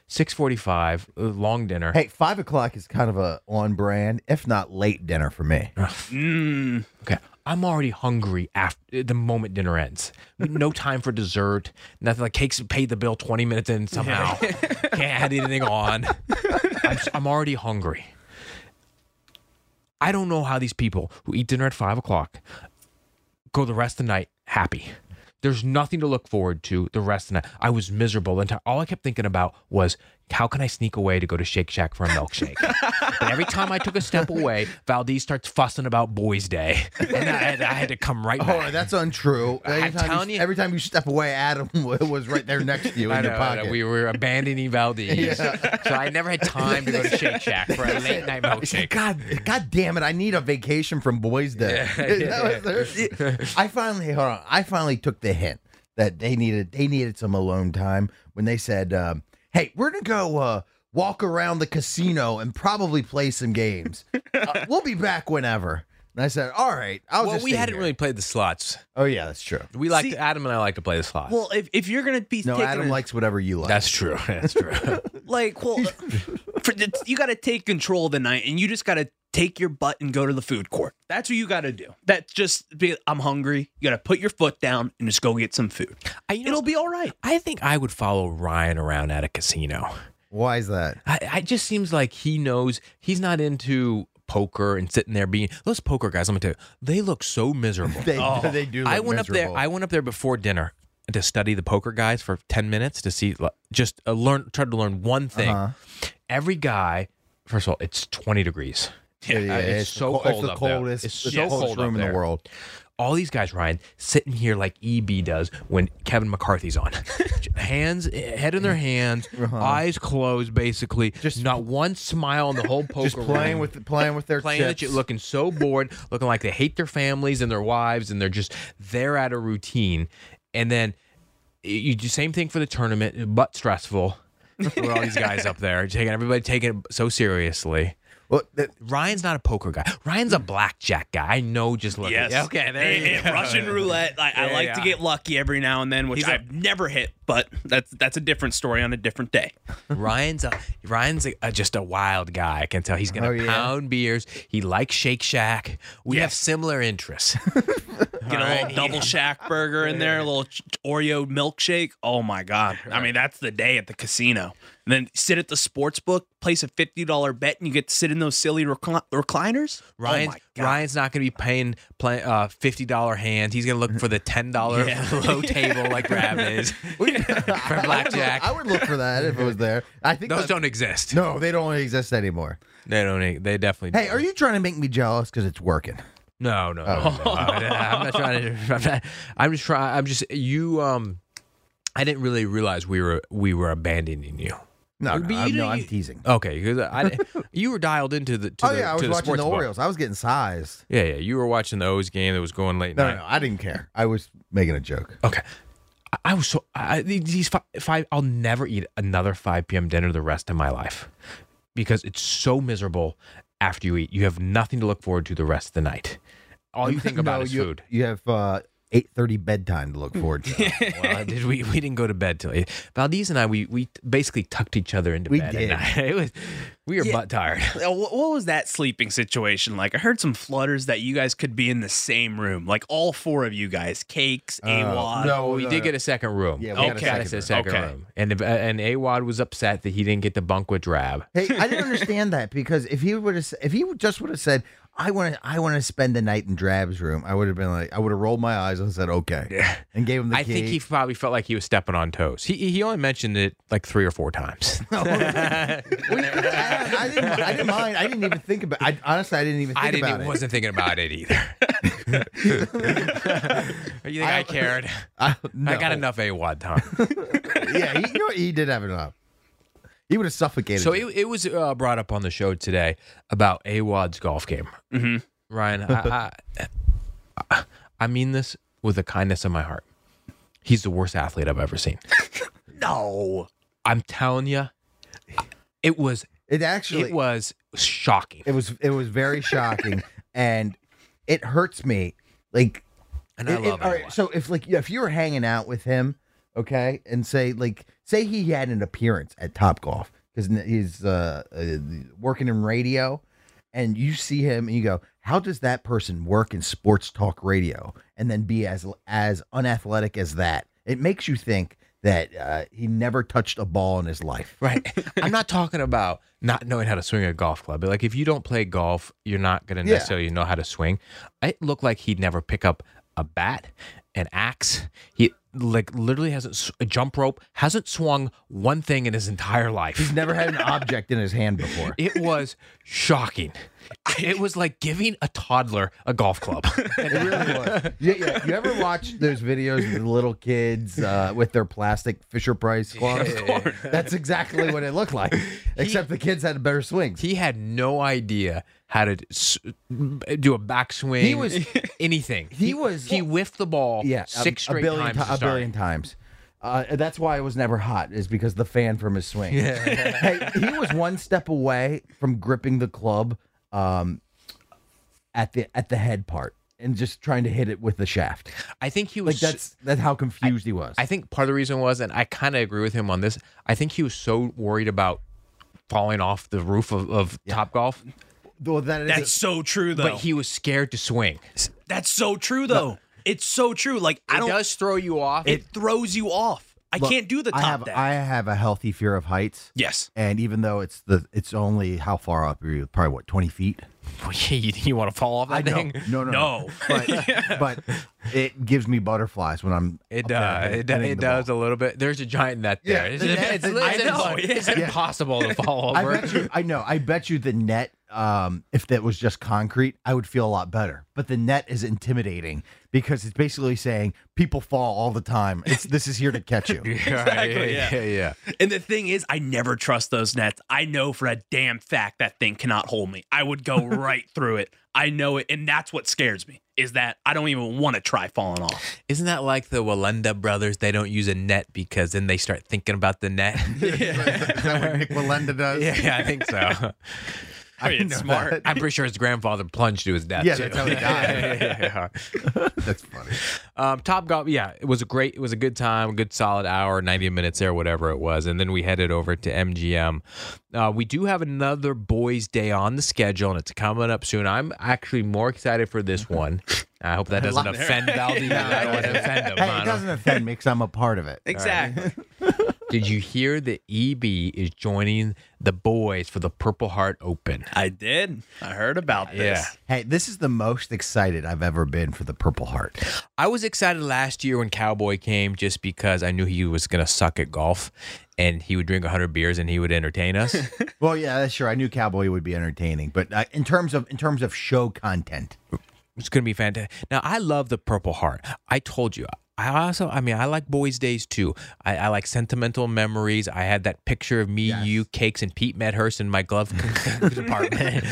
S2: 6.45, uh, long dinner.
S3: Hey, five o'clock is kind of a on brand, if not late dinner for me.
S2: Okay. I'm already hungry after the moment dinner ends. No time for dessert. Nothing like cakes paid the bill 20 minutes in somehow. Can't add anything on. I'm, s- I'm already hungry. I don't know how these people who eat dinner at five o'clock go the rest of the night happy. There's nothing to look forward to the rest of the night. I was miserable. And all I kept thinking about was how can I sneak away to go to Shake Shack for a milkshake? and every time I took a step away, Valdez starts fussing about Boys Day. And I, had- I had to come right back.
S3: Oh, that's untrue. Every time,
S2: telling
S3: you,
S2: you-
S3: every time you step away, Adam was right there next to you in
S2: I
S3: your
S2: know, I know.
S3: pocket.
S2: We were abandoning Valdez. So I never had time to go to Shake Shack for a late night
S3: I
S2: milkshake.
S3: said, God, God damn it! I need a vacation from Boys Day. That was their- I finally, hold on. I finally took the hint that they needed they needed some alone time when they said, um, "Hey, we're gonna go uh, walk around the casino and probably play some games. Uh, we'll be back whenever." And I said, "All right, I'll
S2: Well,
S3: just."
S2: we
S3: stay
S2: hadn't
S3: here."
S2: really played the slots.
S3: Oh yeah, that's true.
S2: We like Adam and I like to play the slots.
S4: Well, if, if you're gonna be
S3: No,
S4: taking
S3: Adam
S4: a-
S3: likes whatever you like.
S2: that's true. That's true.
S4: like well, for the, you got to take control of the night, and you just got to take your butt and go to the food court. That's what you got to do. That's just be, I'm hungry. You got to put your foot down and just go get some food.
S2: I, you know,
S4: It'll be all right.
S2: I think I would follow Ryan around at a casino.
S3: Why is that?
S2: I, I it just seems like he knows he's not into poker and sitting there being those poker guys. I'm gonna tell you, they look so miserable. Oh.
S3: They, they do. Look
S2: I went up
S3: miserable.
S2: there. I went up there before dinner to study the poker guys for ten minutes to see, like, just uh, learn, try to learn one thing.
S3: Uh-huh.
S2: Every guy, first of all, it's twenty degrees. Uh,
S3: Yeah,
S2: it's,
S3: the
S2: so
S3: co-
S2: cold.
S3: It's the
S2: up there.
S3: coldest.
S2: It's
S3: the
S2: so
S3: coldest
S2: cold up
S3: room in the
S2: there.
S3: world.
S2: All these guys, Ryan, sitting here like EB does when Kevin McCarthy's on, hands, head in their hands,
S3: Uh-huh.
S2: eyes closed, basically, just not one smile in the whole poker.
S3: just playing
S2: room.
S3: with playing with their
S2: playing
S3: chips.
S2: that you looking so bored, looking like they hate their families and their wives, and they're just they're at a routine. And then you do same thing for the tournament, but stressful. with all these guys up there taking everybody taking it so seriously.
S3: Well, that-
S2: Ryan's not a poker guy. Ryan's a blackjack guy. I know. Just look.
S4: Yes.
S2: Okay. There
S4: And-
S2: you
S4: and
S2: go.
S4: Russian roulette. Like, I
S2: Yeah,
S4: like to
S2: yeah.
S4: get lucky every now and then, which
S2: He's a-
S4: I've never hit, but that's that's a different story on a different day.
S2: Ryan's a, Ryan's a, a- just a wild guy. I can tell he's gonna
S3: Oh, yeah.
S2: pound beers. He likes Shake Shack. We have similar interests.
S4: Get a little double shack burger in there, a little ch- Oreo milkshake. Oh my god! I mean, that's the day at the casino. And then sit at the sports book, place a fifty dollar bet, and you get to sit in those silly recli- recliners. oh
S2: Ryan's,
S4: my god!
S2: Ryan's not going to be paying play, uh, fifty dollar hand. He's going to look for the ten dollar low table like Rab is for blackjack.
S3: I would look for that if it was there. I think
S2: Those
S3: that-
S2: don't exist.
S3: No, they don't exist anymore.
S2: They don't. e- They definitely.
S3: Hey,
S2: don't.
S3: are you trying to make me jealous? Because it's working.
S2: No, no. no,
S3: Oh.
S2: no. I'm not trying to. I'm, not, I'm just trying. I'm just you. Um, I didn't really realize we were we were abandoning you.
S3: No, no,
S2: But
S3: I'm,
S2: you
S3: no,
S2: know,
S3: I'm
S2: you-
S3: teasing.
S2: Okay, 'cause I, you were dialed into the. Oh, To
S3: oh
S5: the-
S3: yeah, I was
S5: to the
S3: watching
S5: sports
S3: the
S5: book.
S3: Orioles. I was getting sized.
S2: Yeah, yeah. You were watching the O's game that was going late
S3: No,
S2: night.
S3: no, no, I didn't care. I was making a joke.
S2: Okay. I- I was so I, I- these five, five. I'll never eat another five p.m. dinner the rest of my life because it's so miserable. After you eat, you have nothing to look forward to the rest of the night. All you think about
S3: No,
S2: is
S3: you,
S2: food.
S3: You have uh, eight thirty bedtime to look forward to.
S2: well, did we? We didn't go to bed till eight. Valdez and I. We we basically tucked each other into
S3: We
S2: bed.
S3: did.
S2: At night. It was, we were butt tired.
S4: Uh, wh- What was that sleeping situation like? I heard some flutters that you guys could be in the same room, like all four of you guys, cakes, Awad.
S3: no,
S2: we
S3: no,
S2: did
S3: no.
S2: get a second room.
S3: Yeah, we
S2: okay. got
S3: got a
S2: us
S3: second
S2: a second
S4: room. Okay.
S2: room. And uh, and Awad was upset that he didn't get to bunk with Drab.
S3: Hey, I didn't understand that because if he would have, if he just would have said, "I want to, I want to spend the night in Drab's room," I would have been like, I would have rolled my eyes and said, "Okay," and gave him the
S2: I
S3: key.
S2: think he probably felt like he was stepping on toes. He he only mentioned it like three or four times.
S3: I, I didn't, I didn't mind. I didn't even think about. I honestly, I didn't even think
S2: I didn't
S3: about
S2: even,
S3: it.
S2: wasn't thinking about it either. you think I, cared?
S3: I, no.
S2: I got enough AWOD time.
S3: yeah, he, you know, what? he did have enough. He would have suffocated.
S2: so
S3: you.
S2: it, it was uh, brought up on the show today about AWOD's golf game. Mm-hmm. Ryan, I, I I mean this with the kindness of my heart. He's the worst athlete I've ever seen.
S4: no.
S2: I'm telling you, it was
S3: it actually
S2: it was shocking.
S3: It was it was very shocking, and it hurts me. Like,
S2: and
S3: it-
S2: I
S3: it-
S2: love
S3: all
S2: it.
S3: right, so if like if you were hanging out with him, okay, and say like say he had an appearance at Top Golf because he's uh, uh working in radio, and you see him and you go, how does that person work in sports talk radio and then be as as unathletic as that? It makes you think that uh, he never touched a ball in his life.
S2: Right. I'm not talking about not knowing how to swing a golf club. But like if you don't play golf, you're not going to
S3: Yeah.
S2: necessarily know how to swing. It looked like he'd never pick up a bat, an axe. He like literally hasn't s- a jump rope, hasn't swung one thing in his entire life.
S3: Never had an object in his hand before.
S2: It was shocking. It was like giving a toddler a golf club.
S3: It really was. Yeah, yeah. You ever watch those videos of the little kids uh, with their plastic Fisher Price clubs? That's exactly what it looked like. Except the kids had better swings.
S2: he had no idea how to s- do a backswing.
S3: He was-
S2: anything.
S3: he was-
S2: he whiffed the ball.
S3: yeah,
S2: six
S3: a,
S2: straight
S3: a billion
S2: times.
S3: ti-
S2: to
S3: a
S2: start.
S3: billion times. Uh, that's why it was never hot, is because the fan from his swing. hey, he was one step away from gripping the club um, at the at the head part and just trying to hit it with the shaft.
S2: I think he was
S3: Like that's that's how confused he was.
S2: I think part of the reason was, and I kind of agree with him on this. I think he was so worried about falling off the roof of, of Top Golf,
S3: Well, that is-
S4: That's so true, though.
S2: but he was scared to swing.
S4: That's so true, though. It's so true. Like, I
S2: It
S4: don't.
S2: does throw you off.
S4: it throws you off. I
S3: Look,
S4: can't do the
S3: I
S4: top
S3: have,
S4: deck.
S3: I have a healthy fear of heights.
S4: yes.
S3: And even though it's the, it's only how far up are you? Probably what, 20 feet?
S2: you want to fall off that thing?
S3: No, no,
S4: No.
S3: But, but it gives me butterflies when I'm.
S2: It
S3: up
S2: does.
S3: there hitting
S2: It, does-
S3: the
S2: it does
S3: ball.
S2: a little bit. There's a giant net there.
S3: Yeah,
S2: it's
S3: the
S2: it's,
S3: net-
S2: it's,
S3: the-
S2: it's
S4: I know,
S2: impo- it's
S4: yeah.
S2: impossible to fall
S3: I
S2: over.
S3: bet you, I know. I bet you the net, um, if that was just concrete, I would feel a lot better. But the net is intimidating because it's basically saying people fall all the time. It's this is here to catch you.
S2: Exactly. Yeah, yeah, yeah.
S4: And the thing is, I never trust those nets. I know for a damn fact that thing cannot hold me. I would go right through it. I know it. And that's what scares me is that I don't even want to try falling off.
S2: Isn't that like the Walenda brothers? They don't use a net because then they start thinking about the net.
S3: is that what Nick Walenda does?
S2: yeah, yeah, I think so.
S4: I mean, it's smart.
S2: I'm pretty sure his grandfather plunged to his death.
S3: Yeah,
S2: too.
S3: that's how he died.
S2: Yeah.
S3: That's funny.
S2: Um, Top Golf, yeah, it was a great, it was a good time, a good solid hour, 90 minutes there, whatever it was. And then we headed over to MGM. Uh, we do have another boys' day on the schedule, and it's coming up soon. I'm actually more excited for this one. I hope that doesn't offend Valdez. I don't want to offend him.
S3: Hey, it
S2: I don't-
S3: doesn't offend me because I'm a part of it.
S4: Exactly.
S2: Did you hear that EB is joining the boys for the Purple Heart Open?
S4: I did. I heard about this.
S2: Yeah.
S3: Hey, this is the most excited I've ever been for the Purple Heart.
S2: I was excited last year when Cowboy came just because I knew he was going to suck at golf and he would drink 100 beers and he would entertain us.
S3: Well, yeah, that's sure. I knew Cowboy would be entertaining, but uh, in terms of in terms of show content,
S2: it's going to be fantastic. Now, I love the Purple Heart. I told you, I also, I mean, I like boys' days too. I, I like sentimental memories. I had that picture of me, you, cakes, and Pete Medhurst in my glove compartment.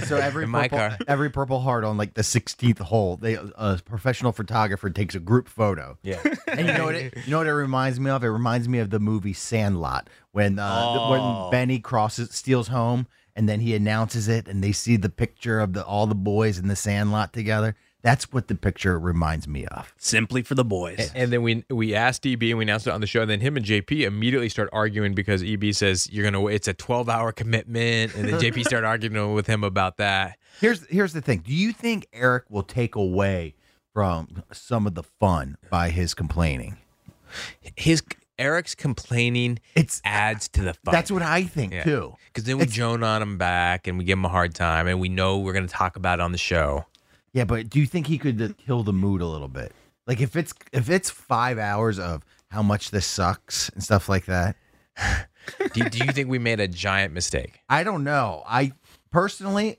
S3: so every
S2: In
S3: purple,
S2: my car.
S3: every purple heart on like the 16th hole, they a professional photographer takes a group photo.
S2: Yeah.
S3: And you know what it you know what it reminds me of? It reminds me of the movie Sandlot when uh,
S2: Oh.
S3: when Benny crosses steals home and then he announces it and they see the picture of the all the boys in the Sandlot together. That's what the picture reminds me of.
S4: Simply for the
S3: Eh,
S4: boys.
S2: And then we we asked EB and we announced it on the show. And then him and JP immediately start arguing because EB says you're gonna. It's a 12 hour commitment, and then JP started arguing with him about that.
S3: Here's here's the thing. Do you think Eric will take away from some of the fun by his complaining?
S2: His Eric's complaining
S3: It's
S2: adds to the fun.
S3: that's what I think
S2: Yeah.
S3: too.
S2: because then we drone on him back and we give him a hard time, and we know we're gonna talk about it on the show.
S3: Yeah, but do you think he could uh, kill the mood a little bit? Like if it's if it's five hours of how much this sucks and stuff like that.
S2: Do, do you think we made a giant mistake?
S3: I don't know. I personally,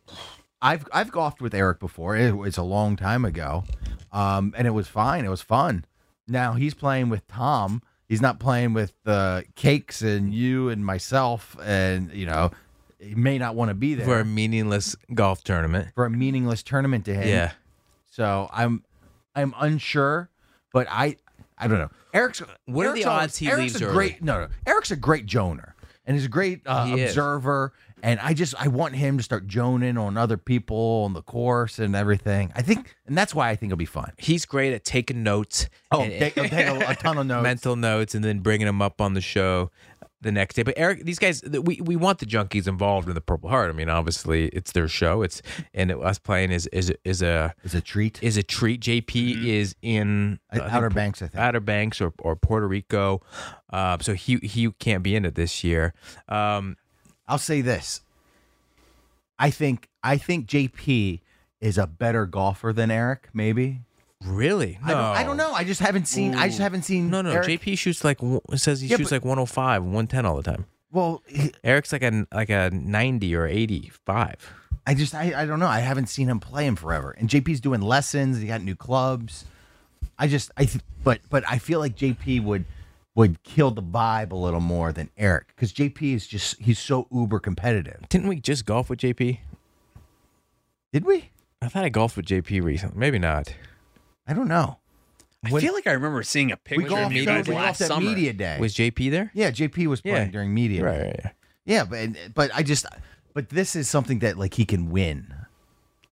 S3: I've I've golfed with Eric before. It was a long time ago, um, and it was fine. It was fun. Now he's playing with Tom. He's not playing with uh, cakes and you and myself, and you know, he may not want to be there
S2: For a meaningless golf tournament.
S3: for a meaningless tournament to him.
S2: Yeah.
S3: So I'm I'm unsure, but I I don't know. Eric's
S2: What are
S3: Eric's
S2: the
S3: always-
S2: odds he
S3: Eric's
S2: leaves
S3: a
S2: early?
S3: Great, no, no, Eric's a great joner, and he's a great uh,
S2: He is.
S3: observer. And I just I want him to start joning on other people on the course and everything. I think, and that's why I think it'll be fun.
S2: He's great at taking notes.
S3: Oh,
S2: and-
S3: take, he'll take a, a ton of notes.
S2: mental notes and then bringing them up on the show the next day. But Eric, these guys, th- we we want the junkies involved in the Purple Heart. I mean, obviously it's their show. It's and it, us playing is is is a
S3: It's a treat.
S2: is a treat. JP is in
S3: Uh,
S2: I think,
S3: Outer Banks, Mm-hmm. I think.
S2: Outer Banks or, or Puerto Rico, uh, so he he can't be in it this year. Um,
S3: I'll say this. I think I think JP is a better golfer than Eric. Maybe
S2: really? No,
S3: I, don't, I don't know. I just haven't seen. I just haven't seen.
S2: No, no.
S3: Eric-
S2: JP shoots like one- oh says he
S3: Yeah,
S2: shoots
S3: but-
S2: like 105, 110 all the time.
S3: Well, he-
S2: Eric's like a like a 90 or 85.
S3: I just I, I don't know. I haven't seen him play in forever. And JP's doing lessons. He got new clubs. I just I th- but but I feel like JP would would kill the vibe a little more than Eric because JP is just he's so uber competitive.
S2: Didn't we just golf with JP?
S3: Did we?
S2: I thought I golfed with JP recently. Maybe not.
S3: I don't know.
S4: I feel like I remember seeing a
S3: We
S4: picture
S3: golfed,
S4: of you
S3: we
S4: guys
S3: golfed
S4: last
S3: at
S4: summer.
S3: media day.
S2: Was JP there?
S3: yeah, JP was playing
S2: Yeah.
S3: during media.
S2: Right,
S3: Day.
S2: right, right.
S3: Yeah, but but I just but this is something that like he can win.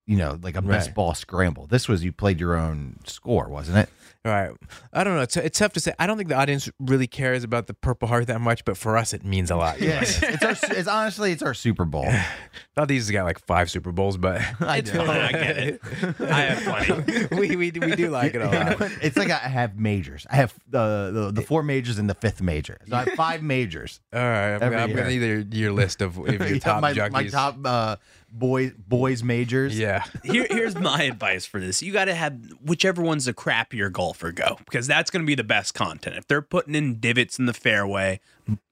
S3: You know, like a best
S2: Right.
S3: ball scramble. This was you played your own score, wasn't it?
S2: All right. I don't know. It's, it's tough to say. I don't think the audience really cares about the Purple Heart that much, but for us, it means a lot.
S3: Yeah, it's, it's our. It's honestly, it's our Super Bowl.
S2: Not that he's got like five Super Bowls, but
S3: I do.
S4: I get it. I have plenty.
S2: we, we, we do like it a lot.
S3: It's like I have majors. I have the, the the four majors and the fifth major. So I have five majors.
S2: All right. I'm,
S3: Every
S2: I'm going to need your, your list of if your
S3: Yeah,
S2: top
S3: my,
S2: junkies.
S3: my top uh, boys boys majors.
S2: Yeah.
S4: Here, here's my advice for this. You got to have whichever one's the crappier golfer go because that's going to be the best content. If they're putting in divots in the fairway,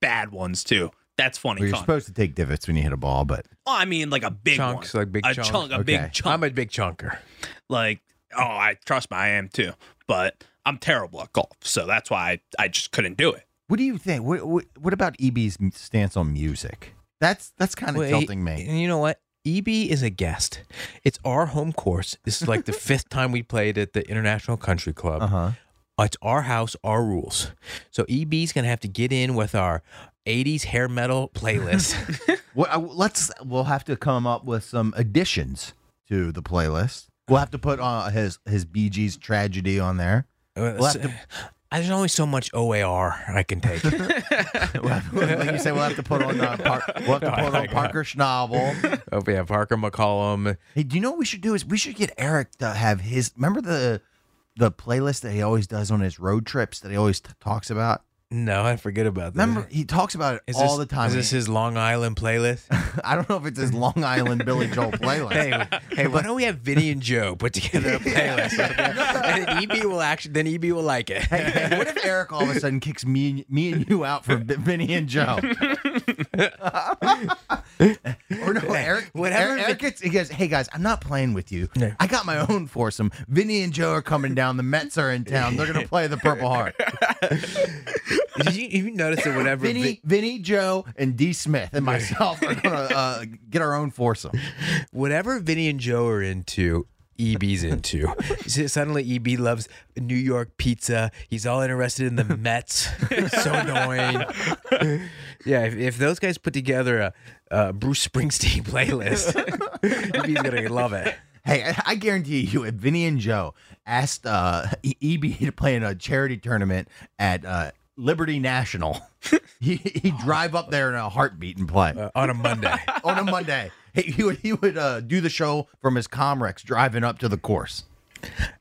S4: bad ones too. That's funny
S3: Well, you're
S4: content.
S3: supposed to take divots when you hit a ball, but
S4: oh, I mean, like a big
S2: Chunks,
S4: one.
S2: like big
S4: a
S2: chunks.
S4: chunk, a
S3: Okay.
S4: big chunk.
S2: I'm a big chunker.
S4: like, oh, I trust me, I am too. But I'm terrible at golf, so that's why I, I just couldn't do it.
S3: what do you think? What what, what about EB's stance on music? That's that's kind of
S2: Well,
S3: tilting
S2: he-
S3: me.
S2: And you know what? EB is a guest. It's our home course. This is like the fifth time we played at the International Country Club.
S3: Uh-huh.
S2: It's our house, our rules. So EB's gonna have to get in with our 80s hair metal playlist.
S3: Well, I- let's we'll have to come up with some additions to the playlist. We'll have to put uh, his his Bee Gees tragedy on there.
S2: Well,
S3: have to-
S2: There's only so much OAR I can take.
S3: We'll have- like you say, we'll have to put on uh, Par- we'll have to
S2: No, I
S3: put on
S2: like that.
S3: Parker Schnabel.
S2: oh yeah, Parker McCollum.
S3: Hey, do you know what we should do? Is we should get Eric to have his. Remember the the playlist that he always does on his road trips that he always t- talks about.
S2: No, I forget about that.
S3: Remember he talks about it
S2: Is
S3: all
S2: this-
S3: the time.
S2: Is this his Long Island playlist?
S3: I don't know if it's his Long Island Billy Joel playlist.
S2: hey, hey, why don't we have Vinny and Joe put together a playlist? and then EB will actually, then EB will like it.
S3: Hey, what if Eric all of a sudden kicks me, me and you out for B- Vinny and Joe? Or no, Eric.
S2: whatever
S3: Eric, Eric gets, he goes, "Hey guys, I'm not playing with you. I got my own foursome. Vinny and Joe are coming down. The Mets are in town. They're gonna play the Purple Heart.
S2: Did you, you notice that whenever
S3: Vinny,
S2: Vi-
S3: Vinny, Joe, and D. Smith and myself are gonna uh, get our own foursome.
S2: whatever Vinny and Joe are into, EB's into. S- Suddenly, EB loves New York pizza. He's all interested in the Mets. so annoying. yeah, if, if those guys put together a, a Bruce Springsteen playlist, EB's gonna love it.
S3: Hey, I, I guarantee you, if Vinny and Joe asked uh, E- EB to play in a charity tournament at uh, Liberty National, he, he'd drive up there in a heartbeat and play
S2: Uh, on a Monday.
S3: on a Monday. He, he would he would uh, do the show from his Comrex driving up to the course.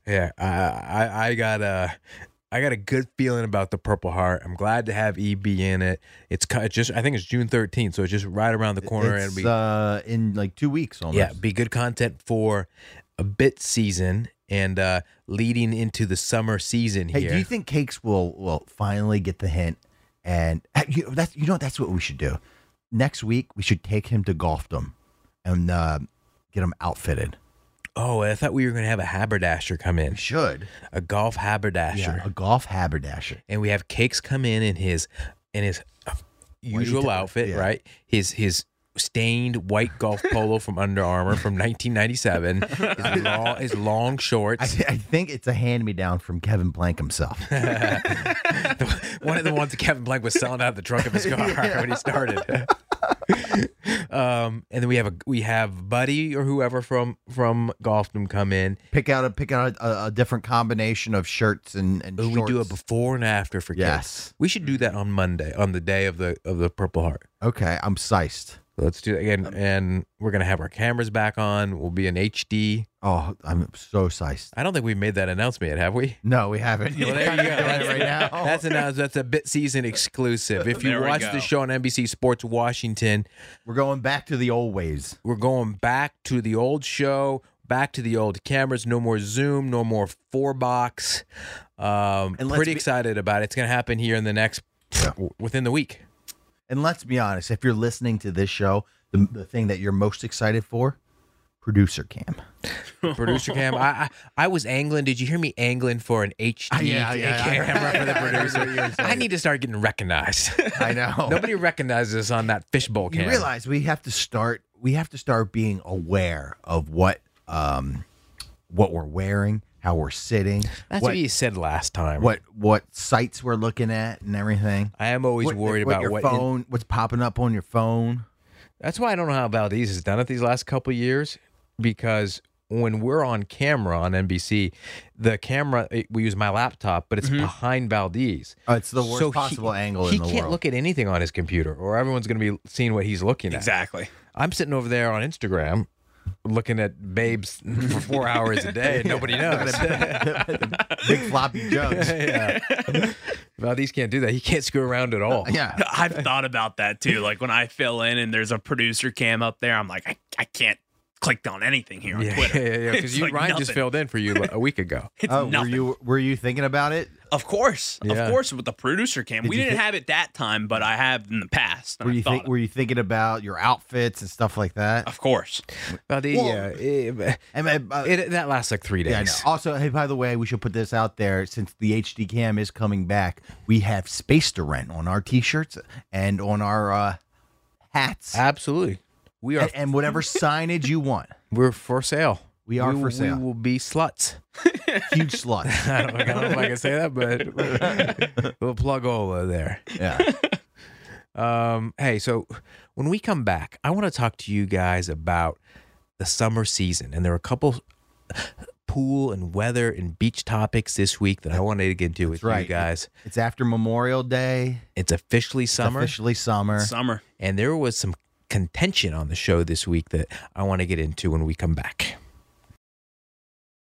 S2: Yeah, I, I I got a I got a good feeling about the Purple Heart. I'm glad to have EB in it. It's cu- it's just I think it's June 13th, so it's just right around the corner,
S3: It's,
S2: and we
S3: uh, in like two weeks almost.
S2: yeah be good content for a bit season and uh leading into the summer season
S3: Hey,
S2: here.
S3: do you think Cakes will will finally get the hint? And uh, you, that's you know that's what we should do. Next week we should take him to Golfdom and uh, get him outfitted.
S2: oh, I thought we were gonna have a haberdasher come in,
S3: Should
S2: a golf haberdasher,
S3: a golf haberdasher.
S2: and we have Cakes come in in his in his usual
S3: tee.
S2: outfit,
S3: Yeah.
S2: right? His his stained white golf polo from Under Armour from 1997, his long, his long
S3: I,
S2: shorts,
S3: I think it's a hand me down from Kevin Blank himself.
S2: one of the ones that Kevin Blank was selling out of the trunk of his car when he started. um, and then we have a we have Buddy or whoever from from Golfdom come in.
S3: pick out a pick out a, a, a different combination of shirts and and
S2: Ooh,
S3: shorts.
S2: we do a before and after for kids.
S3: Yes.
S2: We should do that on Monday, on the day of the of the Purple Heart.
S3: okay, I'm siced.
S2: Let's do that again,
S3: Um,
S2: and we're gonna have our cameras back on. We'll be in HD.
S3: Oh, I'm so siced.
S2: I don't think we made that announcement yet, have we?
S3: No, we haven't.
S2: Well, there you go. That's,
S3: right now.
S2: that's announced. That's a bit season exclusive. If you
S4: Oh, There we
S2: watch
S4: go.
S2: the show on NBC Sports Washington,
S3: We're going back to the old ways.
S2: we're going back to the old show, back to the old cameras. No more Zoom, no more four box. Um,
S3: And let's
S2: pretty
S3: be-
S2: excited about it. It's gonna happen here in the next within the week.
S3: And let's be honest, if you're listening to this show, the, the thing that you're most excited for, producer cam.
S2: producer cam. I, I I was angling. Did you hear me angling for an HD
S3: Ah, Yeah, yeah, I-
S2: camera for the producer? I need to start getting recognized.
S3: I know.
S2: Nobody recognizes us on that fishbowl
S3: you
S2: cam.
S3: realize we have to start we have to start being aware of what um what we're wearing, how we're sitting,
S2: That's what,
S3: what
S2: you said last time.
S3: what what sites we're looking at and everything.
S2: I am always
S3: What-
S2: worried
S3: what
S2: about
S3: your
S2: what. in-
S3: phone what's popping up on your phone.
S2: that's why I don't know how Valdez has done it these last couple of years because when we're on camera on NBC, the camera it- we use my laptop, but it's behind Valdez.
S3: Oh, it's the worst
S2: So he-
S3: possible Mm-hmm. angle
S2: He
S3: in the
S2: can't
S3: world.
S2: look at anything on his computer, or everyone's going to be seeing what he's looking at.
S4: Exactly.
S2: I'm sitting over there on Instagram looking at babes for four hours a day and nobody knows.
S3: Big floppy jugs.
S2: yeah. Valdez can't do that. He can't screw around at all.
S3: yeah.
S4: I've thought about that too. Like when I fill in and there's a producer cam up there, I'm like, I, I can't click on anything here on
S2: Yeah,
S4: Twitter.
S2: yeah, yeah. Because
S4: It's
S2: you,
S4: like
S2: Ryan, just
S4: nothing.
S2: filled in for you a week ago.
S4: It's
S3: Oh, were
S4: nothing.
S3: you were you thinking about it?
S4: Of course,
S2: Yeah.
S4: of course, with the producer cam, we
S3: you
S4: didn't have it that time, but I have in the past. and
S3: Were
S4: I
S3: you
S4: thought
S3: think
S4: of it.
S3: were you thinking about your outfits and stuff like that?
S4: Of course,
S2: Valdez, yeah. It,
S3: And, uh, uh,
S2: it- that lasts like three days.
S3: yeah, I know. Also, hey, by the way, we should put this out there since the HD cam is coming back. We have space to rent on our t-shirts and on our uh, hats
S2: Absolutely. We are
S3: and, and whatever signage you want.
S2: we're for sale.
S3: We are for sale.
S2: We will be sluts.
S3: Huge sluts.
S2: I don't, I don't know if I can say that, but we'll plug Ola there.
S3: Yeah.
S2: Um, hey, so when we come back, I want to talk to you guys about the summer season, and there are a couple pool and weather and beach topics this week that I wanted to get into with you
S3: right.
S2: guys.
S3: It's after Memorial Day.
S2: It's officially
S3: It's
S2: summer,
S3: officially summer.
S4: summer.
S2: and there was some contention on the show this week that I want to get into when we come back.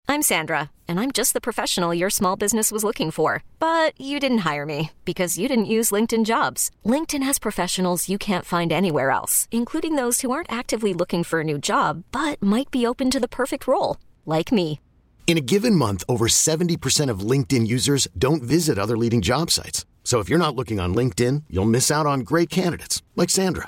S6: I'm Sandra, and I'm just the professional your small business was looking for. But you didn't hire me because you didn't use LinkedIn jobs. LinkedIn has professionals you can't find anywhere else, including those who aren't actively looking for a new job but might be open to the perfect role, like me.
S7: In a given month, over 70% of LinkedIn users don't visit other leading job sites.
S8: So if you're not looking on LinkedIn, you'll miss out on great candidates like Sandra.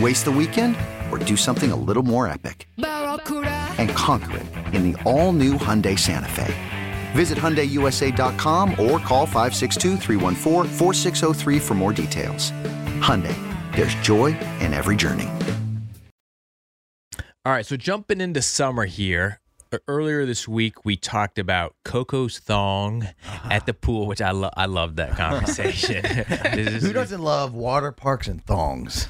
S9: Waste the weekend or do something a little more epic? And conquer it in the all new Hyundai Santa Fe. Visit HyundaiUSA.com or call 562-314-4603 for more details. Hyundai, there's joy in every journey.
S2: All right, so jumping into summer here. e- Earlier this week, we talked about Coco's thong
S3: Uh-huh.
S2: at the pool, which I love. I loved that conversation. This is-
S3: Who doesn't love water parks and thongs?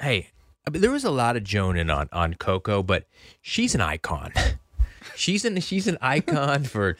S2: hey, I mean, there was a lot of joning on on Coco, but she's an icon. She's an she's an icon for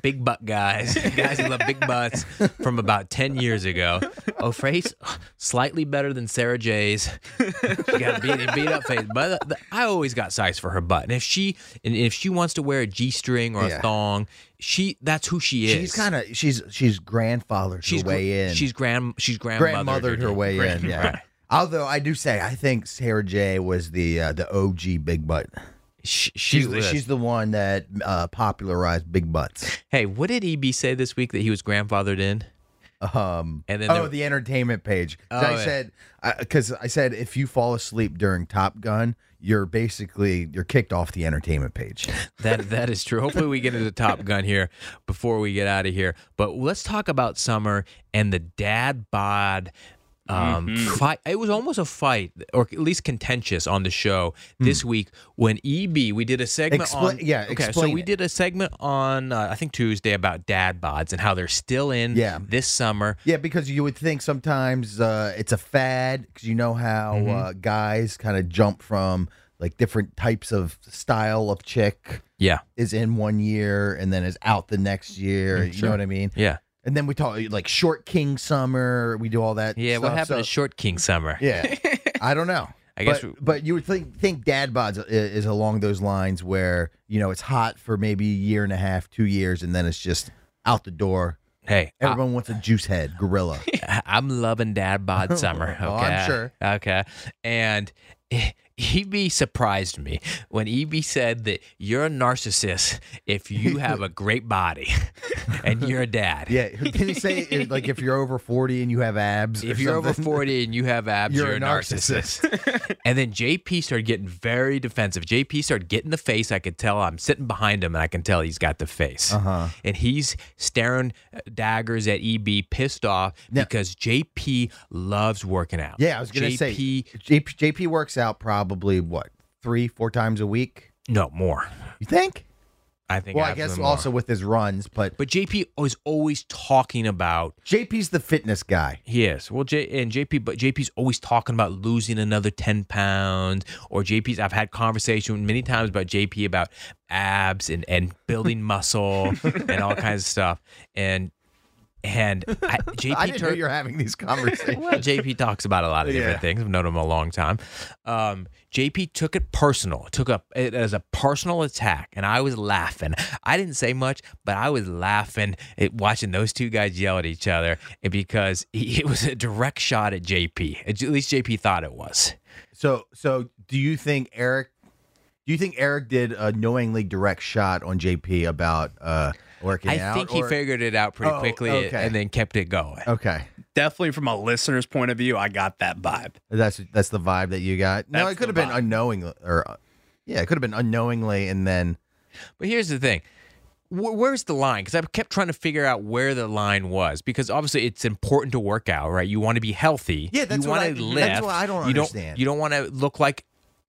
S2: big butt guys, guys who love big butts from about ten years ago. Oh, face slightly better than Sarah J's. She got a beat, beat up face, but the- I always got size for her butt. And if she and if she wants to wear a g string or
S3: Yeah.
S2: a thong, she that's who she is.
S3: She's kind of she's she's grandfathered
S2: she's
S3: her way in.
S2: She's grand she's grandmother
S3: grandmothered her way in. Yeah. Although I do say I think Sarah J was the uh, the OG big butt.
S2: She,
S3: She's
S2: was.
S3: she's the one that uh, popularized big butts.
S2: Hey, what did EB say this week that he was grandfathered in?
S3: Um,
S2: And then
S3: oh,
S2: there-
S3: the entertainment page. 'Cause
S2: Oh,
S3: I
S2: yeah.
S3: said because I, said if you fall asleep during Top Gun, you're basically you're kicked off the entertainment page.
S2: That that is true. Hopefully, we get into Top Gun here before we get out of here. But let's talk about summer and the dad bod. Um,
S3: Mm-hmm.
S2: fight. It was almost a fight, or at least contentious, on the show this week when EB we did a segment
S3: Hmm. Expla-
S2: on.
S3: yeah,
S2: okay. So
S3: explain
S2: we
S3: it.
S2: did a segment on uh, I think Tuesday about dad bods and how they're still in.
S3: Yeah.
S2: This summer,
S3: Yeah, because you would think sometimes uh, it's a fad because you know how
S2: Mm-hmm.
S3: uh, guys kind of jump from like different types of style of chick
S2: yeah,
S3: is in one year and then is out the next year.
S2: Mm,
S3: You know what I mean?
S2: yeah,
S3: And then we talk like short king summer. We do all that.
S2: yeah. what
S3: stuff,
S2: happened to
S3: so-
S2: Short King Summer?
S3: yeah, I don't know.
S2: I guess
S3: but,
S2: we-
S3: but you would think think dad bods i- is along those lines where you know it's hot for maybe a year and a half, two years, and then it's just out the door.
S2: Hey, I-
S3: Everyone wants a juice head gorilla.
S2: I'm loving dad bod summer. Okay.
S3: Oh, I'm sure.
S2: Okay. And EB surprised me when EB said that you're a narcissist if you have a great body and you're a dad.
S3: Yeah, did he say it- like if you're over forty and you have abs?
S2: If
S3: or
S2: you're over
S3: something?
S2: 40 and you have abs, you're, a narcissist. and then JP started getting very defensive. JP started getting the face. I could tell I'm sitting behind him and I can tell he's got the face. Uh-huh. And he's staring uh, daggers at EB, pissed off
S3: Now-
S2: because JP loves working out.
S3: yeah, I was gonna say
S2: JP
S3: JP, JP works out probably what three, four times a week.
S2: No, more.
S3: You think?
S2: I think.
S3: well, I guess
S2: absolutely more.
S3: also with his runs, but
S2: But JP is always talking about
S3: JP's the fitness guy.
S2: he is well. J and JP, but JP's always talking about losing another ten pounds. Or JP's. I've had conversation many times about JP about abs and and building muscle and all kinds of stuff. And and I, JP
S3: I didn't know
S2: tur-
S3: you're having these conversations.
S2: well, JP talks about a lot of different
S3: Yeah.
S2: things. I've known him a long time. Um, JP took it personal, took up it as a personal attack, and I was laughing. I didn't say much, but I was laughing at watching those two guys yell at each other because it was a direct shot at JP. At least JP thought it was.
S3: So, so do you think Eric Do you think Eric did a knowingly direct shot on JP about uh, working
S2: I
S3: out?
S2: think he
S3: or-
S2: figured it out pretty
S3: Oh,
S2: quickly
S3: okay.
S2: and then kept it going.
S3: Okay,
S4: Definitely from a listener's point of view, I got that vibe.
S3: that's that's the vibe that you got. No,
S4: That's
S3: it could have
S4: the
S3: been
S4: vibe.
S3: unknowingly, or uh, yeah, it could have been unknowingly, and then
S2: But here's the thing. Wh- Where's the line? Because I kept trying to figure out where the line was. Because obviously, it's important to work out, right? You want to be healthy.
S3: Yeah, that's
S2: you
S3: what
S2: want to
S3: I- that's
S2: lift.
S3: what I don't
S2: you
S3: understand.
S2: Don't, you don't want to look like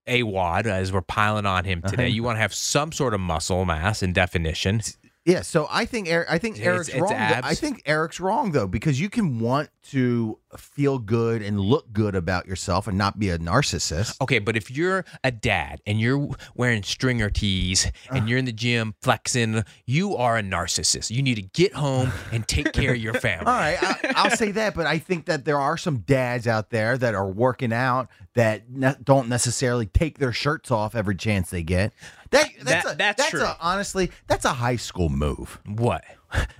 S2: a wad as we're piling on him today.
S3: Uh-huh.
S2: You want to have some sort of muscle mass and definition.
S3: Yeah, so I think Eric, I think
S2: It's-
S3: Eric's
S2: it's
S3: wrong. though.
S2: abs.
S3: I think Eric's wrong though because you can want to feel good and look good about yourself and not be a narcissist.
S2: Okay, but if you're a dad and you're wearing stringer tees and you're in the gym flexing, you are a narcissist. You need to get home and take care of your family.
S3: All right, I, I'll say that, but I think that there are some dads out there that are working out that ne- don't necessarily take their shirts off every chance they get. That that's
S4: That-
S3: a,
S4: that's true.
S3: a- honestly that's a high school move.
S2: What?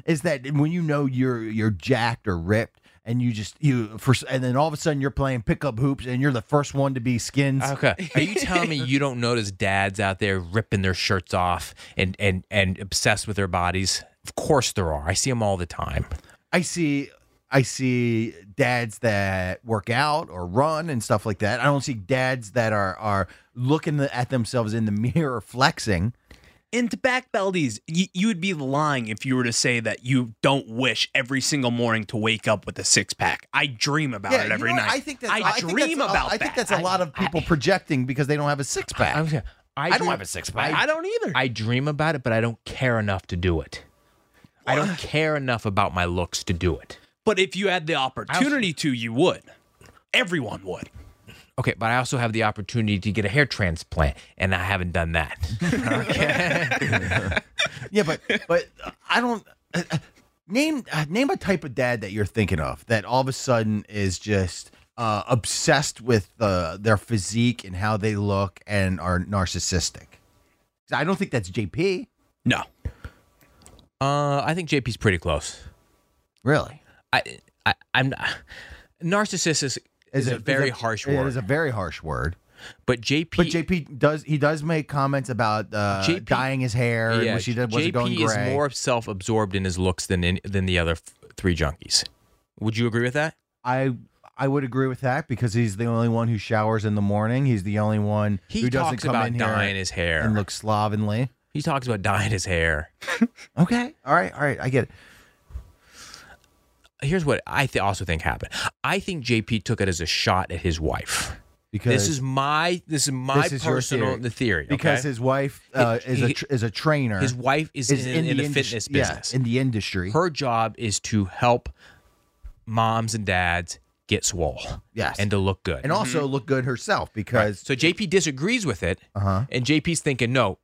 S3: is that when you know you're you're jacked or ripped and you just you for and then all of a sudden you're playing pickup hoops and you're the first one to be skins.
S2: Okay. Are you telling me you don't notice dads out there ripping their shirts off and and and obsessed with their bodies? Of course there are. I see them all the time.
S3: I see I see dads that work out or run and stuff like that. I don't see dads that are are looking the- at themselves in the mirror flexing.
S4: into back bellies. You, you would be lying if you were to say that you don't wish every single morning to wake up with a six pack. I dream about it
S3: you
S4: every
S3: know what?
S4: night.
S3: I think that's
S4: I,
S3: think
S4: dream
S3: that's a-
S4: about
S3: I
S4: that.
S3: think that's a lot of people projecting because they don't have a six pack.
S2: I'm- I,
S3: don't
S2: dream-
S3: have a six-pack.
S4: I don't either.
S2: I dream about it, but I don't care enough to do it. I don't care enough about my looks to do it.
S4: but if you had the opportunity to, you would. Everyone would.
S2: Okay, but I also have the opportunity to get a hair transplant, and I haven't done that.
S3: Yeah, but but I don't uh, uh, name uh, name a type of dad that you're thinking of that all of a sudden is just uh, obsessed with uh, their physique and how they look and are narcissistic. 'Cause I don't think that's JP.
S4: No.
S2: Uh, I think JP's pretty close.
S3: Really,
S2: I, I I'm not, narcissist is, is a very harsh
S3: It is
S2: word,
S3: a very harsh word.
S2: but JP
S3: But JP does he does make comments about uh,
S2: JP
S3: dyeing his hair and which he did was
S2: JP
S3: going gray.
S2: is more self-absorbed in his looks than in, than the other f- three junkies. Would you agree with that?
S3: I I would agree with that because he's the only one who showers in the morning. He's the only one
S2: He
S3: who doesn't
S2: talks
S3: come
S2: about
S3: in here
S2: dyeing his hair.
S3: and look slovenly.
S2: He talks about dyeing his hair.
S3: Okay, all right, all right, I get it.
S2: Here's what I th- also think happened. I think JP took it as a shot at his wife.
S3: Because
S2: This is my this is my
S3: this is your
S2: personal
S3: theory.
S2: the theory
S3: because
S2: okay?
S3: his wife uh,
S2: He-
S3: is a
S2: he-
S3: tr- is a trainer.
S2: his wife is, in, in the,
S3: indus-
S2: fitness
S3: yeah,
S2: business.
S3: in the industry.
S2: Her job is to help moms and dads get swole,
S3: Yes.
S2: and to look good.
S3: and also look good herself because
S2: So JP disagrees with it,
S3: Uh-huh.
S2: and JP's thinking, no,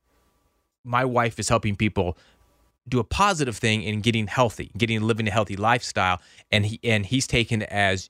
S2: my wife is helping people do a positive thing in getting healthy, getting living a healthy lifestyle, and he and he's taken as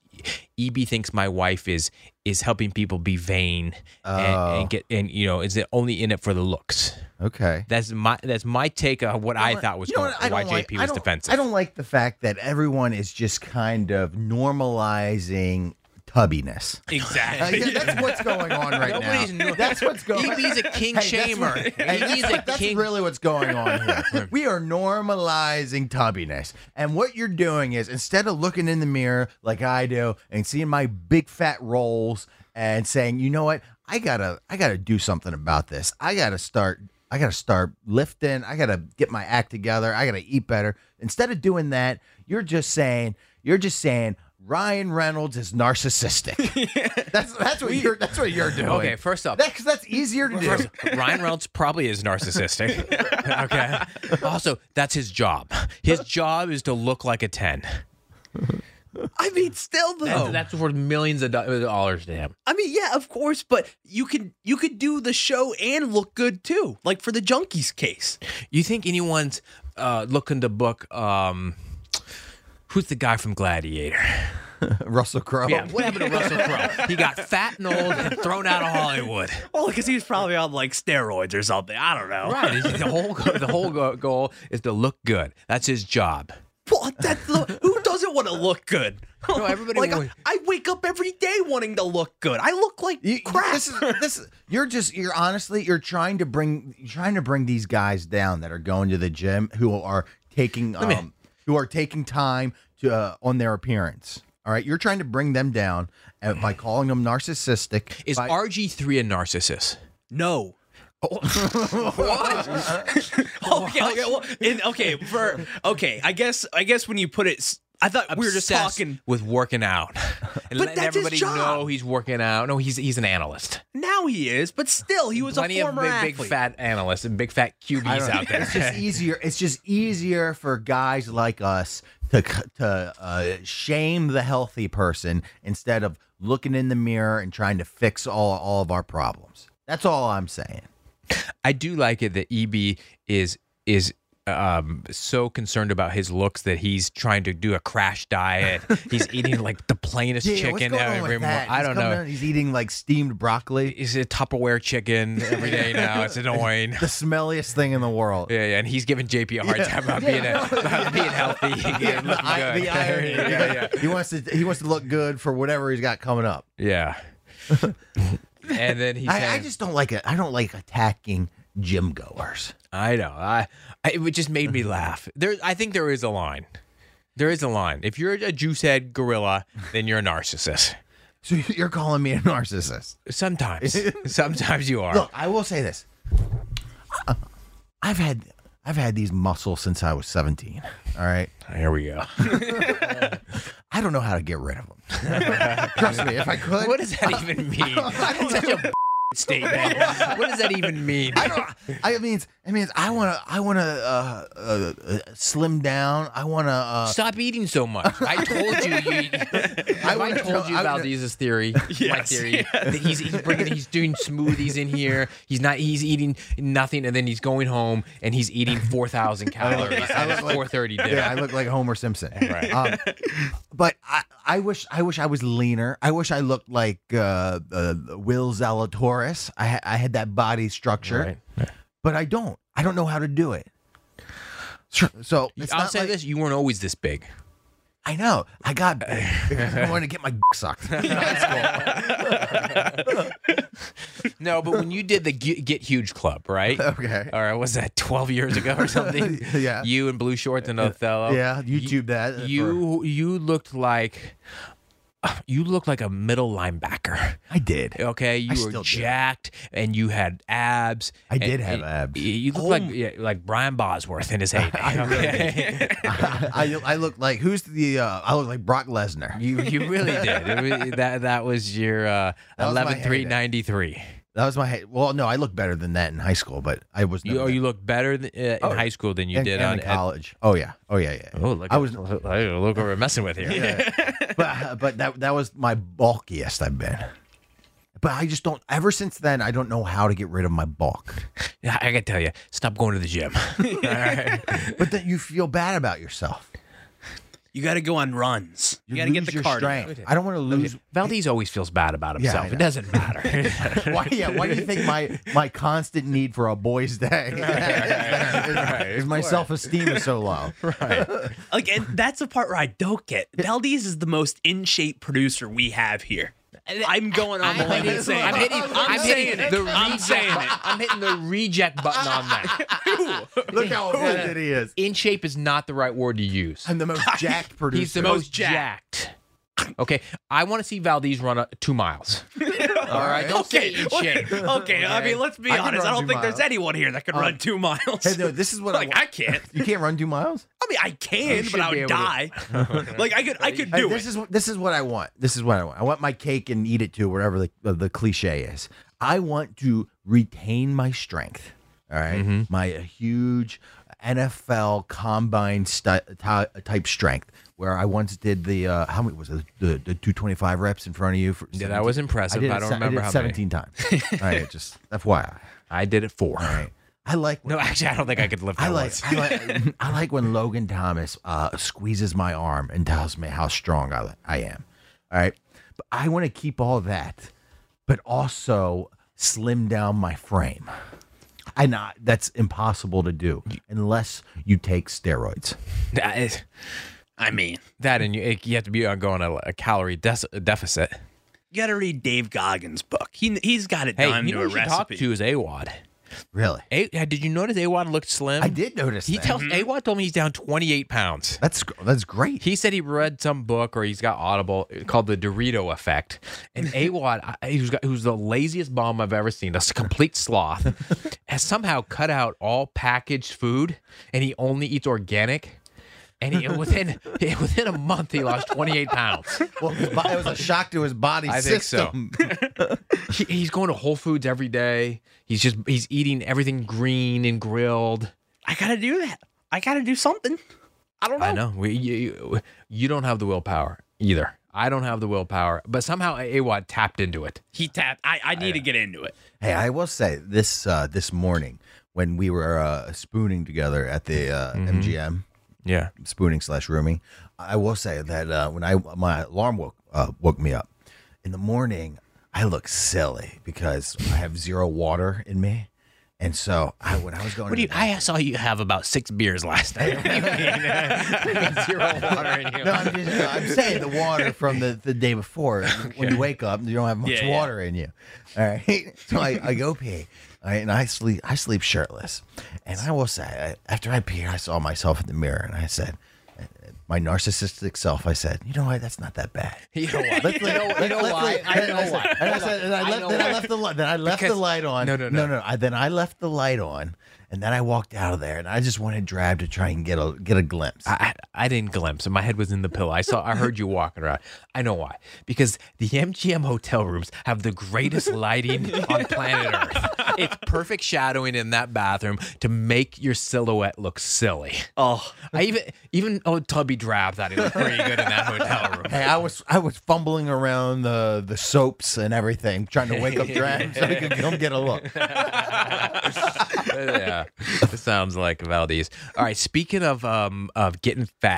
S2: EB thinks my wife is is helping people be vain and,
S3: Oh.
S2: and get and you know is only in it for the looks.
S3: okay.
S2: That's my that's my take on what I thought was
S3: You know
S2: going,
S3: what? I
S2: why
S3: don't like-
S2: JP
S3: I
S2: was
S3: don't-
S2: defensive.
S3: I don't like the fact that everyone is just kind of normalizing tubbiness. Uh,
S4: Exactly.
S3: yeah, that's what's going on right
S2: Nobody's
S3: now.
S2: nor-
S3: that's what's going.
S2: EB's a king
S3: that's
S2: shamer.
S3: what- hey,
S2: EB's
S3: that's,
S2: a
S3: that's
S2: king-
S3: really what's going on here. We are normalizing tubbiness, and what you're doing is instead of looking in the mirror like I do and seeing my big fat rolls and saying, you know what, I gotta, I gotta do something about this. I gotta start. I gotta start lifting. I gotta get my act together. I gotta eat better. Instead of doing that, you're just saying, you're just saying. Ryan Reynolds is narcissistic. that's that's what you're that's what you're doing.
S2: Okay, first up-
S3: because that's easier to do.
S2: Ryan Reynolds probably is narcissistic. okay. Also, that's his job. His job is to look like a 10.
S4: I mean, still though.
S2: That's, that's worth millions of do- dollars to him.
S4: I mean, yeah, of course, but you could you could do the show and look good too. Like for the junkies case.
S2: You think anyone's uh, looking to book. Um, Who's the guy from Gladiator?
S3: Russell Crowe.
S2: Yeah, what happened to Russell Crowe? He got fat and old and thrown out of Hollywood.
S4: Well, because he was probably on like steroids or something. I don't know.
S2: Right. The whole go- the whole go- goal is to look good. That's his job.
S4: Well, that's the, who doesn't want to look good?
S2: No, everybody
S4: like,
S2: would.
S4: I, I wake up every day wanting to look good. I look like
S3: You- you-
S4: crap.
S3: This is, this is- you're just you're honestly you're trying to bring you're trying to bring these guys down that are going to the gym who are taking um, who are taking time to uh, on their appearance. All right, you're trying to bring them down uh, by calling them narcissistic.
S2: Is
S3: by-
S2: RG3 a narcissist?
S4: No. what? okay, okay, well, and, okay, for okay, I guess I guess when you put it, s- I thought we were just
S2: obsessed
S4: talking.
S2: with working out, and
S4: But
S2: letting
S4: that's his
S2: everybody
S4: job.
S2: know he's working out. No, he's he's an analyst.
S4: Now he is, but still, he was
S2: Plenty
S4: a
S2: of
S4: former
S2: big,
S4: athlete.
S2: big fat analysts and big fat
S3: I
S2: QBs
S3: don't
S2: out
S3: know. It's just
S4: E
S2: there.
S3: easier. It's just easier for guys like us to c- to uh, shame the healthy person instead of looking in the mirror and trying to fix all all of our problems. That's all I'm saying.
S2: I do like it that EB is is um so concerned about his looks that he's trying to do a crash diet. he's eating like the plainest chicken every morning. I
S3: He's
S2: don't
S3: coming
S2: know.
S3: out, he's eating like steamed broccoli,
S2: Is it Tupperware chicken every day now? It's annoying.
S3: the smelliest thing in the world.
S2: Yeah, yeah, and he's giving JP a hard time about being a, about being healthy. and looking
S3: I-
S2: good.
S3: the irony.
S2: yeah, yeah.
S3: He wants to he wants to look good for whatever he's got coming up.
S2: Yeah. and then he said,
S3: I, I just don't like it. I don't like attacking gym goers.
S2: I know. I, I it would just made me laugh. There I think there is a line. There is a line. If you're a juice head gorilla, then you're a narcissist.
S3: So you're calling me a narcissist.
S2: Sometimes. Sometimes you are.
S3: Look, I will say this. I- I've had I've had these muscles since I was 17. All right.
S2: Here we go.
S3: I don't know how to get rid of them. Trust me, if I could,
S2: What does that even mean? That's such a statement. What does that even mean?
S3: I don't. I it means it means I want to. I want to uh, uh, uh, slim down. I want to. Uh,
S2: Stop eating so much. I told you. you if I,
S3: wouldn't
S2: told
S3: know-
S2: you
S3: I
S2: about
S3: wouldn't-
S2: Jesus' theory, my
S4: Yes,
S2: theory, that he's, he's bringing, he's doing smoothies in here. He's not. He's eating nothing, and then he's going home and he's eating four thousand calories
S3: I
S2: at his
S3: look like-
S2: four thirty dinner.
S3: yeah, I look like Homer Simpson.
S2: Right.
S3: Um, but I, I wish I wish I was leaner. I wish I looked like uh, uh, Will Zalatoris. I ha- I had that body structure,
S2: Right.
S3: but I don't. I don't know how to do it. So- So it's
S2: I'll
S3: not
S2: say
S3: like-
S2: this: you weren't always this big.
S3: I know. I got. big because I wanted to get my sucked.
S2: No, but when you did the Get, Get Huge Club, right?
S3: Okay.
S2: All right, was that twelve years ago or something?
S3: Yeah.
S2: You and Blue Shorts and Othello.
S3: Yeah, YouTube that.
S2: You you looked like you looked like a middle linebacker.
S3: I did.
S2: Okay, you
S3: still
S2: were
S3: do.
S2: jacked and you had abs.
S3: I
S2: and-
S3: did have
S2: and
S3: abs.
S2: You look like yeah, like Brian Bosworth in his heyday. okay?
S3: I, I look like who's the? Uh, I look like Brock Lesnar.
S2: you you really did. It was- that that was your uh,
S3: That was my
S2: eleven three ninety three.
S3: That was my. he- Well, no, I looked better than that in high school, but I was.
S2: You
S3: never
S2: oh,
S3: that-
S2: you looked better th- uh, in high school than you
S3: and-
S2: did
S3: and
S2: on
S3: in
S2: at-
S3: college. oh yeah. Oh yeah. Yeah.
S2: Oh, look!
S3: I
S2: at-
S3: was-
S2: look what we're messing with here.
S3: but uh, but that that was my bulkiest I've been. But I just don't. Ever since then, I don't know how to get rid of my bulk.
S2: Yeah, I gotta tell you, stop going to the gym. All right.
S3: But then you feel bad about yourself.
S4: You got to go on runs. You, got to get
S3: lose
S4: the
S3: your
S4: cardio.
S3: strength. I don't want to lose.
S2: Valdez always feels bad about
S3: Yeah,
S2: himself.
S3: I know.
S2: it doesn't matter.
S3: Why? Yeah. Why do you think my my constant need for a boy's day is, is my self esteem is so low?
S4: Like, and that's the part where I don't get. Valdez is the most in shape producer we have here. I'm going on the
S2: I'm
S4: limb and
S2: hitting,
S4: saying
S2: I'm
S4: it.
S2: hitting, I'm
S4: saying
S2: hitting
S4: it.
S2: the
S4: I'm
S2: reject
S4: saying
S2: button.
S4: it.
S2: I'm hitting the reject button on that.
S3: Look how offended he is.
S2: In shape is not the right word to use.
S3: I'm the most jacked producer.
S2: He's the most jacked. Okay, I want to see Valdez run a, two miles. All right, don't
S4: Okay,
S2: say in
S4: okay,
S2: shape.
S4: okay. I mean, let's be
S3: I can
S4: honest. I
S3: run
S4: don't
S3: two
S4: think there's
S3: miles.
S4: anyone here that can
S2: Oh.
S4: run two miles.
S3: Hey, no, this is what I
S4: like
S3: want.
S4: I can't.
S3: You can't run two miles.
S4: I mean, I can,
S2: should
S4: but I
S2: be able
S4: would
S2: to.
S4: die. like I could, I could
S3: Hey,
S4: do
S3: this
S4: it.
S3: is what this is what I want. This is what I want. I want my cake and eat it too, whatever the uh, the cliche is. I want to retain my strength. All right?
S2: Mm-hmm.
S3: my uh, huge NFL combine sti- ty- type strength. Where I once did the uh, how many was it the, the two twenty five reps in front of you? For
S2: Yeah, that was
S3: 17.
S2: impressive.
S3: did
S2: I
S3: it
S2: don't
S3: se-
S2: remember
S3: did it
S2: how many.
S3: seventeen times. All right, just FYI.
S2: I did it four.
S3: All right, I like
S2: No, actually, I don't think I could live.
S3: I
S2: that
S3: like,
S2: once.
S3: I like I like when Logan Thomas uh, squeezes my arm and tells me how strong I, I am. All right, but I want to keep all that, but also slim down my frame. I not that's impossible to do unless you take steroids.
S2: That is-
S4: I mean,
S2: That and you, you have to be on going a, a calorie dec- deficit.
S4: you gotta read Dave Goggins' book. He he's got it
S2: Hey,
S4: down
S2: you know
S4: to a
S2: who you should talk
S4: recipe.
S2: to is Awad.
S3: Really?
S2: A- did you notice Awad looked slim?
S3: I did notice
S2: He
S3: that.
S2: tells Awad told me he's down 28 pounds.
S3: that's that's great.
S2: He said he read some book or he's got Audible called The Dorito Effect. And Awad, I- who's, got, who's the laziest bum I've ever seen, a s- complete sloth, has somehow cut out all packaged food and he only eats organic. And he, within within a month, he lost 28 pounds.
S3: well, his bo- it was a shock to his body
S2: I think so.
S3: system.
S2: He, he's going to Whole Foods every day. He's just he's eating everything green and grilled.
S4: I gotta do that. I gotta do something. I don't know.
S2: I know. We, you, you- you don't have the willpower either. I don't have the willpower, but somehow Awad tapped into it.
S4: He tapped. I, I need to get into it.
S3: Hey, I will say this uh, this morning when we were uh, spooning together at the uh,
S2: Mm-hmm.
S3: MGM
S2: Yeah.
S3: spooning slash rooming, I will say that uh, when I my alarm woke uh, woke me up in the morning, I look silly because I have zero water in me, and so I when I was going,
S2: What do you?
S3: to the
S2: I saw you have about six beers last night. What do you mean? Zero water in you.
S3: No, I'm, just, I'm saying the water from the, the day before. When you wake up, you don't have much
S4: Yeah, yeah.
S3: water in you. All right, so I, I go pee, all right, and I sleep. I sleep shirtless, and I will say, I, after I pee, I saw myself in the mirror, and I said, uh, my narcissistic self, I said, you know what, that's not that bad.
S2: You know why?
S3: Let's let-
S2: You know- you
S3: let's-
S2: know
S3: let's
S2: why?
S3: leave.
S2: I
S3: And I
S2: know
S3: said-
S2: why.
S3: and I said- and I
S2: I
S3: left-
S2: know
S3: then I
S2: why.
S3: left the light. Then I left the
S2: Because-
S3: light on.
S2: No, no,
S3: no,
S2: no.
S3: no. I, then I left the light on, and then I walked out of there, and I just wanted drab to try and get a get a glimpse.
S2: I, I I didn't glimpse. My head was in the pillow. I saw. I heard you walking around. I know why. Because the MGM hotel rooms have the greatest lighting on planet Earth. It's perfect shadowing in that bathroom to make your silhouette look silly.
S4: Oh,
S2: I even even oh Tubby Drab thought he looked pretty good in that hotel room.
S3: Hey, I was I was fumbling around the the soaps and everything, trying to wake up Drab so he could come get a look.
S2: yeah, it sounds like Valdez. All right, speaking of um of getting fat,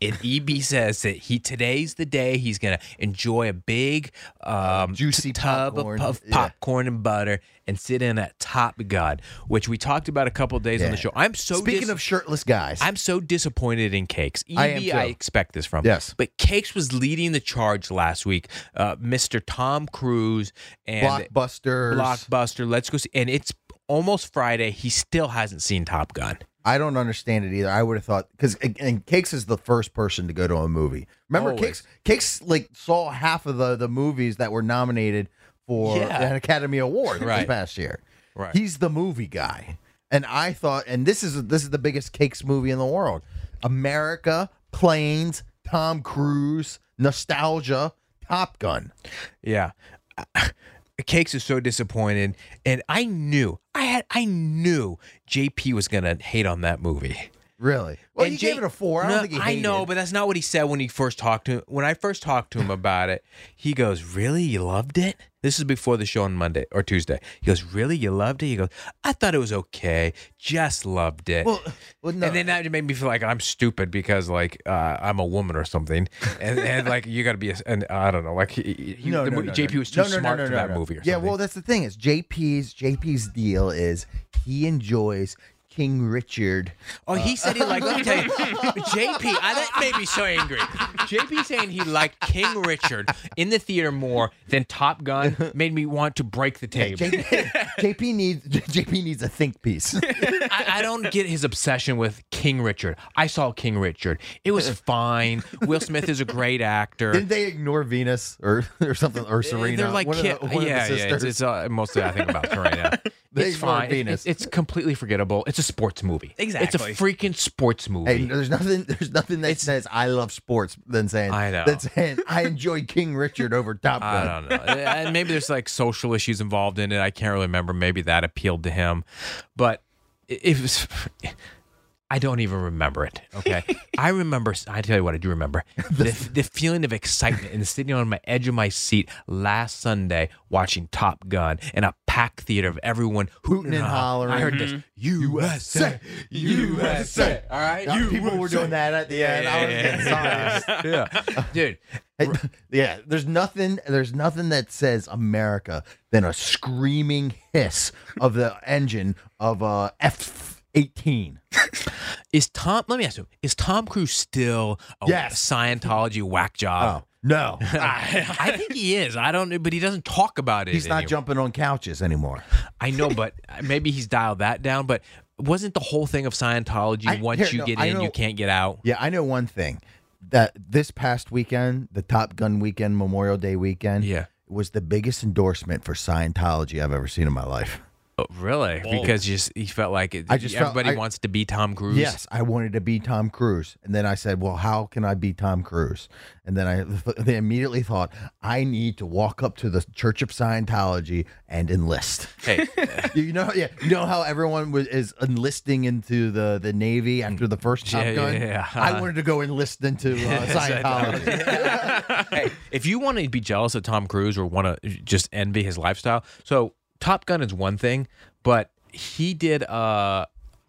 S2: it EB says that he today's the day he's gonna enjoy a big um
S3: Juicy
S2: tub
S3: popcorn.
S2: of, of
S3: Yeah.
S2: popcorn and butter and sit in at Top God, which we talked about a couple days on the
S3: Yeah.
S2: show. I'm so
S3: Speaking
S2: dis-
S3: of shirtless guys,
S2: I'm so disappointed in Cakes. EB,
S3: I am too.
S2: expect this from.
S3: Yes.
S2: But Cakes was leading the charge last week. Uh, Mr. Tom Cruise and
S3: blockbusters.
S2: Blockbuster. Let's go see. And it's almost Friday. He still hasn't seen Top Gun.
S3: I don't understand it either. I would have thought because and Cakes is the first person to go to a movie. Remember,
S2: Always.
S3: Cakes Cakes like saw half of the the movies that were nominated for
S2: Yeah.
S3: an Academy Award this
S2: Right.
S3: past year.
S2: Right.
S3: He's the movie guy, and I thought, and this is this is the biggest Cakes movie in the world. America, planes, Tom Cruise, nostalgia, Top Gun.
S2: Yeah. Uh, Cakes is so disappointed. And I knew, I had I knew JP was gonna hate on that movie.
S3: Really? Well,
S2: And
S3: you gave
S2: Jake-
S3: it a four. I
S2: No,
S3: don't think he hated.
S2: I know, but that's not what he said when he first talked to when I first talked to him about it. He goes, "Really, you loved it?" This is before the show on Monday or Tuesday. He goes, "Really, you loved it?" He goes, "I thought it was okay, just loved it."
S3: well, well, no.
S2: And then that made me feel like I'm stupid because like uh, I'm a woman or something, and, and like you got to be, a, and I don't know, like he, he- the mo- JP was too
S3: No, no, no,
S2: smart
S3: no,
S2: for
S3: no,
S2: that
S3: no.
S2: movie. Or
S3: yeah,
S2: something.
S3: well, that's the thing is JP's JP's deal is he enjoys King Richard.
S2: Oh, he said he liked. Let me tell you, JP, I, that made me so angry. JP saying he liked King Richard in the theater more than Top Gun made me want to break the table.
S3: JP, JP needs JP needs a think piece.
S2: I, I don't get his obsession with King Richard. I saw King Richard. It was fine. Will Smith is a great actor.
S3: Didn't they ignore Venus or or something or
S2: Uh,
S3: Serena?
S2: They're like
S3: one of
S2: kid,
S3: the, one
S2: yeah,
S3: of the
S2: yeah. It's,
S3: sisters.
S2: it's uh, mostly I think about Serena.
S3: They
S2: it's
S3: ignore
S2: fine. It-
S3: Venus.
S2: It's, it's completely forgettable. It's a sports movie. It's a
S4: Exactly.
S2: freaking sports movie.
S3: Hey, there's nothing. There's nothing that says I love sports than saying
S2: I know.
S3: than saying I enjoy King Richard over Top Gun.
S2: I don't know. Uh, Maybe there's like social issues involved in it. I can't really remember. Maybe that appealed to him, but it, it was. I don't even remember it. Okay, I remember. I tell you what, I do remember the, the feeling of excitement and sitting on my edge of my seat last Sunday watching Top Gun in a packed theater of everyone hooting
S3: and Mm-hmm.
S2: hollering. I heard this USA, USA. All right,
S3: Now, people were doing that at the end. I was getting sorry.
S2: yeah, dude.
S3: Hey, yeah, there's nothing. There's nothing that says America than a screaming hiss of the engine of a uh, F 18.
S2: Is Tom? Let me ask you: Is Tom Cruise still a
S3: Yes.
S2: Scientology whack
S3: Oh.
S2: job?
S3: no.
S2: I think he is. I don't, know, but he doesn't talk about it.
S3: He's not
S2: anymore.
S3: jumping on couches anymore.
S2: I know, but maybe he's dialed that down. But wasn't the whole thing of Scientology
S3: I-
S2: once
S3: here,
S2: you
S3: no,
S2: get
S3: I
S2: in,
S3: know-
S2: you can't get out?
S3: Yeah, I know one thing that this past weekend, the Top Gun weekend, Memorial Day weekend,
S2: Yeah.
S3: was the biggest endorsement for Scientology I've ever seen in my life.
S2: Oh, really? Because you just he felt like it,
S3: I just felt-
S2: everybody
S3: I-
S2: wants to be Tom Cruise.
S3: Yes, I wanted to be Tom Cruise, and then I said, "Well, how can I be Tom Cruise?" And then I they immediately thought, "I need to walk up to the Church of Scientology and enlist."
S2: Hey,
S3: you know, yeah, you know how everyone was, is enlisting into the the Navy after the first Top
S2: Yeah,
S3: Gun.
S2: yeah, yeah.
S3: I wanted to go enlist into uh, Scientology.
S2: hey, if you want to be jealous of Tom Cruise or want to just envy his lifestyle, so Top Gun is one thing, but he did uh,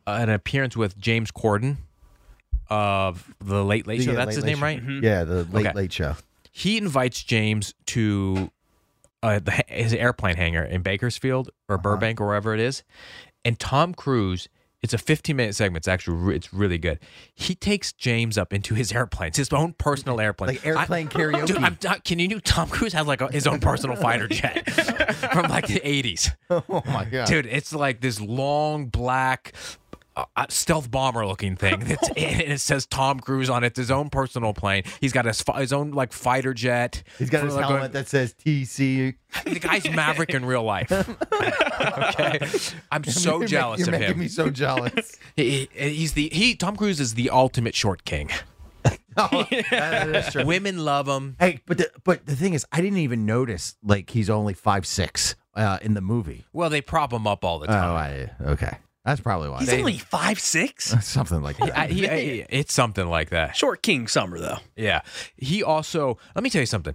S2: an appearance with James Corden of the Late Late Show.
S3: Yeah,
S2: That's
S3: Late
S2: his
S3: Late
S2: name,
S3: Show. Mm-hmm.
S2: right? Mm-hmm.
S3: Yeah, the Late
S2: Okay.
S3: Late Show.
S2: He invites James to uh, the, his airplane hangar in Bakersfield or
S3: Uh-huh.
S2: Burbank or wherever it is, and Tom Cruise. It's a 15 minute segment. It's actually re- it's really good. He takes James up into his airplanes, his own personal airplane,
S3: Like airplane
S2: I-
S3: karaoke.
S2: Dude, I'm, not- can you do Tom Cruise has like a, his own personal fighter jet from like the 80s,
S3: Oh my god,
S2: dude. It's like this long black. Uh, uh, stealth bomber looking thing that's and it says Tom Cruise on it. It's his own personal plane. He's got his, fi- his own like fighter jet.
S3: He's got
S2: For,
S3: his
S2: like, a-
S3: helmet that says TC.
S2: the guy's Maverick in real life. okay, I'm so
S3: You're ma-
S2: jealous
S3: You're
S2: of
S3: making
S2: him.
S3: me so jealous.
S2: He- he- he's the he. Tom Cruise is the ultimate short king.
S3: that's Oh, true.
S2: Women love him.
S3: Hey, but the, but the thing is, I didn't even notice like he's only five six uh, in the movie. Oh,
S2: Well, they prop him up
S3: Uh,
S2: all the time.
S3: I okay. That's probably why.
S4: He's only five six.
S3: Something like that.
S2: I, Uh, he, I- it's something like that.
S4: Short King Summer though.
S2: Yeah. He also, let me tell you something.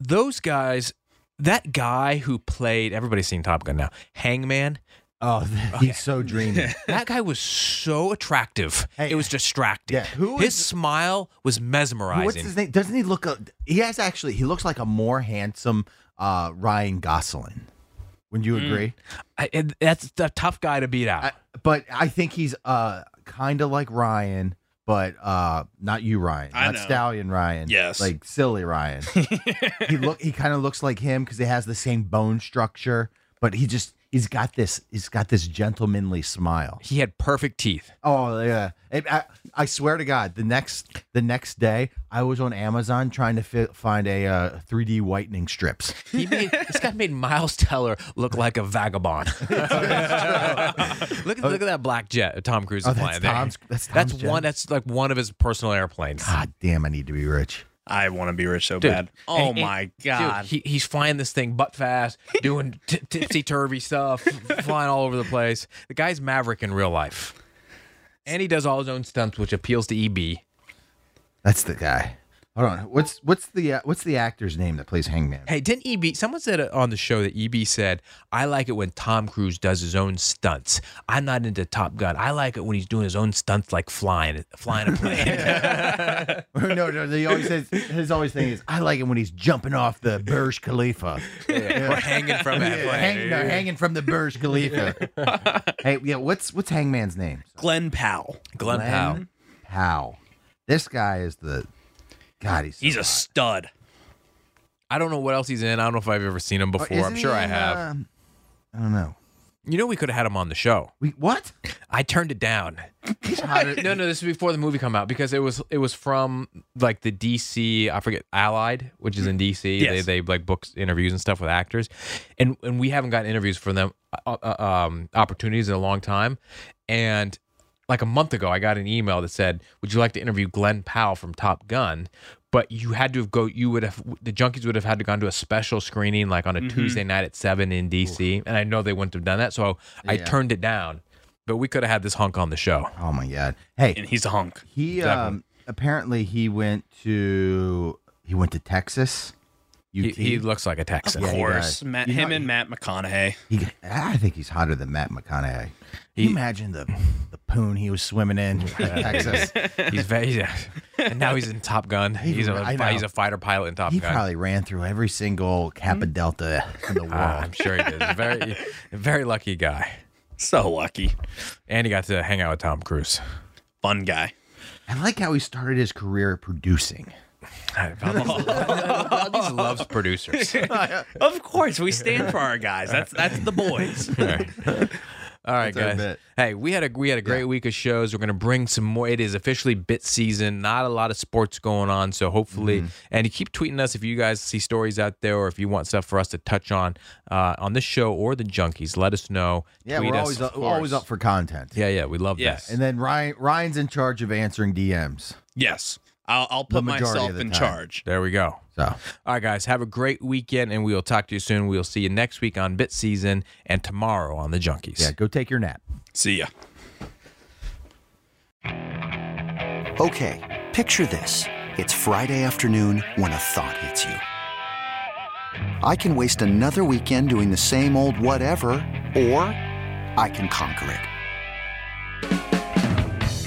S2: Those guys, that guy who played, everybody's seen Top Gun now, Hangman,
S3: oh, he's so dreamy.
S2: that guy was so attractive.
S3: Hey,
S2: it was distracting.
S3: yeah, who
S2: his
S3: is-
S2: smile was mesmerizing.
S3: What's his name? Doesn't he look? A, he has actually. He looks like a more handsome uh, Ryan Gosling. Wouldn't
S2: Mm.
S3: you agree?
S2: I, and that's the tough guy to beat out.
S3: I, but I think he's uh, kind of like Ryan, but uh, not you, Ryan.
S4: I
S3: not
S4: know.
S3: Stallion Ryan.
S4: Yes.
S3: like silly Ryan. he look. He kind of looks like him because he has the same bone structure, but he just he's got this he's got this gentlemanly smile.
S2: he had perfect teeth.
S3: Oh yeah, And I, I swear to God, the next the next day I was on Amazon trying to fi- find a uh, 3D whitening strips.
S2: He made, this guy made Miles Teller look like a vagabond. look at look at that black jet Tom Cruise is
S3: Oh, that's
S2: flying there.
S3: Tom's- that's
S2: that's
S3: Tom's jet.
S2: one. That's like one of his personal airplanes.
S3: God damn, I need to be rich.
S4: I want to be rich so
S2: Dude.
S4: bad. Oh
S2: And- and-
S4: my
S2: dude,
S4: god.
S2: he, he's flying this thing butt fast, doing t- tipsy turvy stuff, flying all over the place. The guy's maverick in real life, and he does all his own stunts, which appeals to E EB.
S3: That's the guy. Hold on, what's what's the uh, what's the actor's name that plays Hangman?
S2: Hey, didn't EB? Someone said it on the show that EB said, "I like it when Tom Cruise does his own stunts. I'm not into Top Gun. I like it when he's doing his own stunts, like flying, flying a plane."
S3: no, no, he always says his always thing is I like him when he's jumping off the Burj Khalifa.
S2: Or hanging from that plane.
S3: Hang- no, hanging from the Burj Khalifa. hey, yeah, what's what's Hangman's name?
S4: Glenn Powell.
S2: Glenn Powell.
S3: How? This guy is the God. He's so
S4: He's a
S3: hot.
S4: stud.
S2: I don't know what else he's in. I don't know if I've ever seen him
S3: Or
S2: before. I'm
S3: Oh, isn't
S2: sure
S3: he
S2: I
S3: in,
S2: have.
S3: um, I don't know.
S2: you know, we could have had him on the show.
S3: We what?
S2: I turned it down.
S3: He's hotter.
S2: No, no, this is before the movie come out because it was it was from like the DC. I forget Allied, which is in DC.
S4: Yes.
S2: They they like books interviews and stuff with actors, and and we haven't gotten interviews from them uh, uh, um, opportunities in a long time, and. Like a month ago, I got an email that said, "Would you like to interview Glenn Powell from Top Gun?" But you had to have go. You would have the junkies would have had to gone to a special screening, like on a Tuesday night at seven in DC. And I know they wouldn't have done that, so I
S3: Yeah.
S2: turned it down. But we could have had this hunk on the show.
S3: oh my God. Hey,
S4: And he's a hunk.
S3: he um, apparently he went to he went to Texas.
S2: He,
S3: UT.
S2: he looks like a Texan.
S4: Of
S3: he
S4: course.
S3: does.
S4: Matt,
S3: You know,
S4: him and Matt McConaughey.
S3: He, I think he's hotter than Matt McConaughey. Can you imagine the the poon he was swimming in in Texas?
S2: He's very, yeah. and now he's in Top Gun. He's a
S3: I know.
S2: he's a fighter pilot in Top
S3: He
S2: Gun.
S3: probably ran through every Hmm? single Kappa Delta in the world.
S2: Ah, I'm sure he is. Very very lucky guy.
S4: So lucky.
S2: And he got to hang out with Tom Cruise.
S4: Fun guy.
S3: I like how he started his career producing.
S4: Oh.
S2: Valdez loves producers.
S4: Of course, we stand for our guys. That's that's the boys.
S2: All right,
S3: That's our
S2: guys.
S3: bit.
S2: Hey, we had a we had a great week of shows. We're gonna bring some more. It is officially bit season. Not a lot of sports going on, so hopefully,
S3: Mm-hmm.
S2: and keep tweeting us if you guys see stories out there or if you want stuff for us to touch on uh, on this show or the junkies. Let us know.
S3: Yeah,
S2: Tweet
S3: we're
S2: us,
S3: always
S2: of
S3: up, always
S2: course.
S3: up for content.
S2: Yeah, yeah, we love
S4: Yes.
S2: that.
S3: And then Ryan Ryan's in charge of answering DMs.
S4: yes, I'll, I'll
S3: The
S4: put
S3: majority of
S4: myself
S3: the
S4: in
S3: time.
S4: charge.
S2: There we go.
S3: So
S2: All right, guys, have a great weekend, and we will talk to you soon. We'll see you next week on Bit Season and tomorrow on the Junkies.
S3: yeah, go take your nap.
S4: See ya.
S9: Okay, picture this. It's Friday afternoon when a thought hits you. I can waste another weekend doing the same old whatever, or I can conquer it.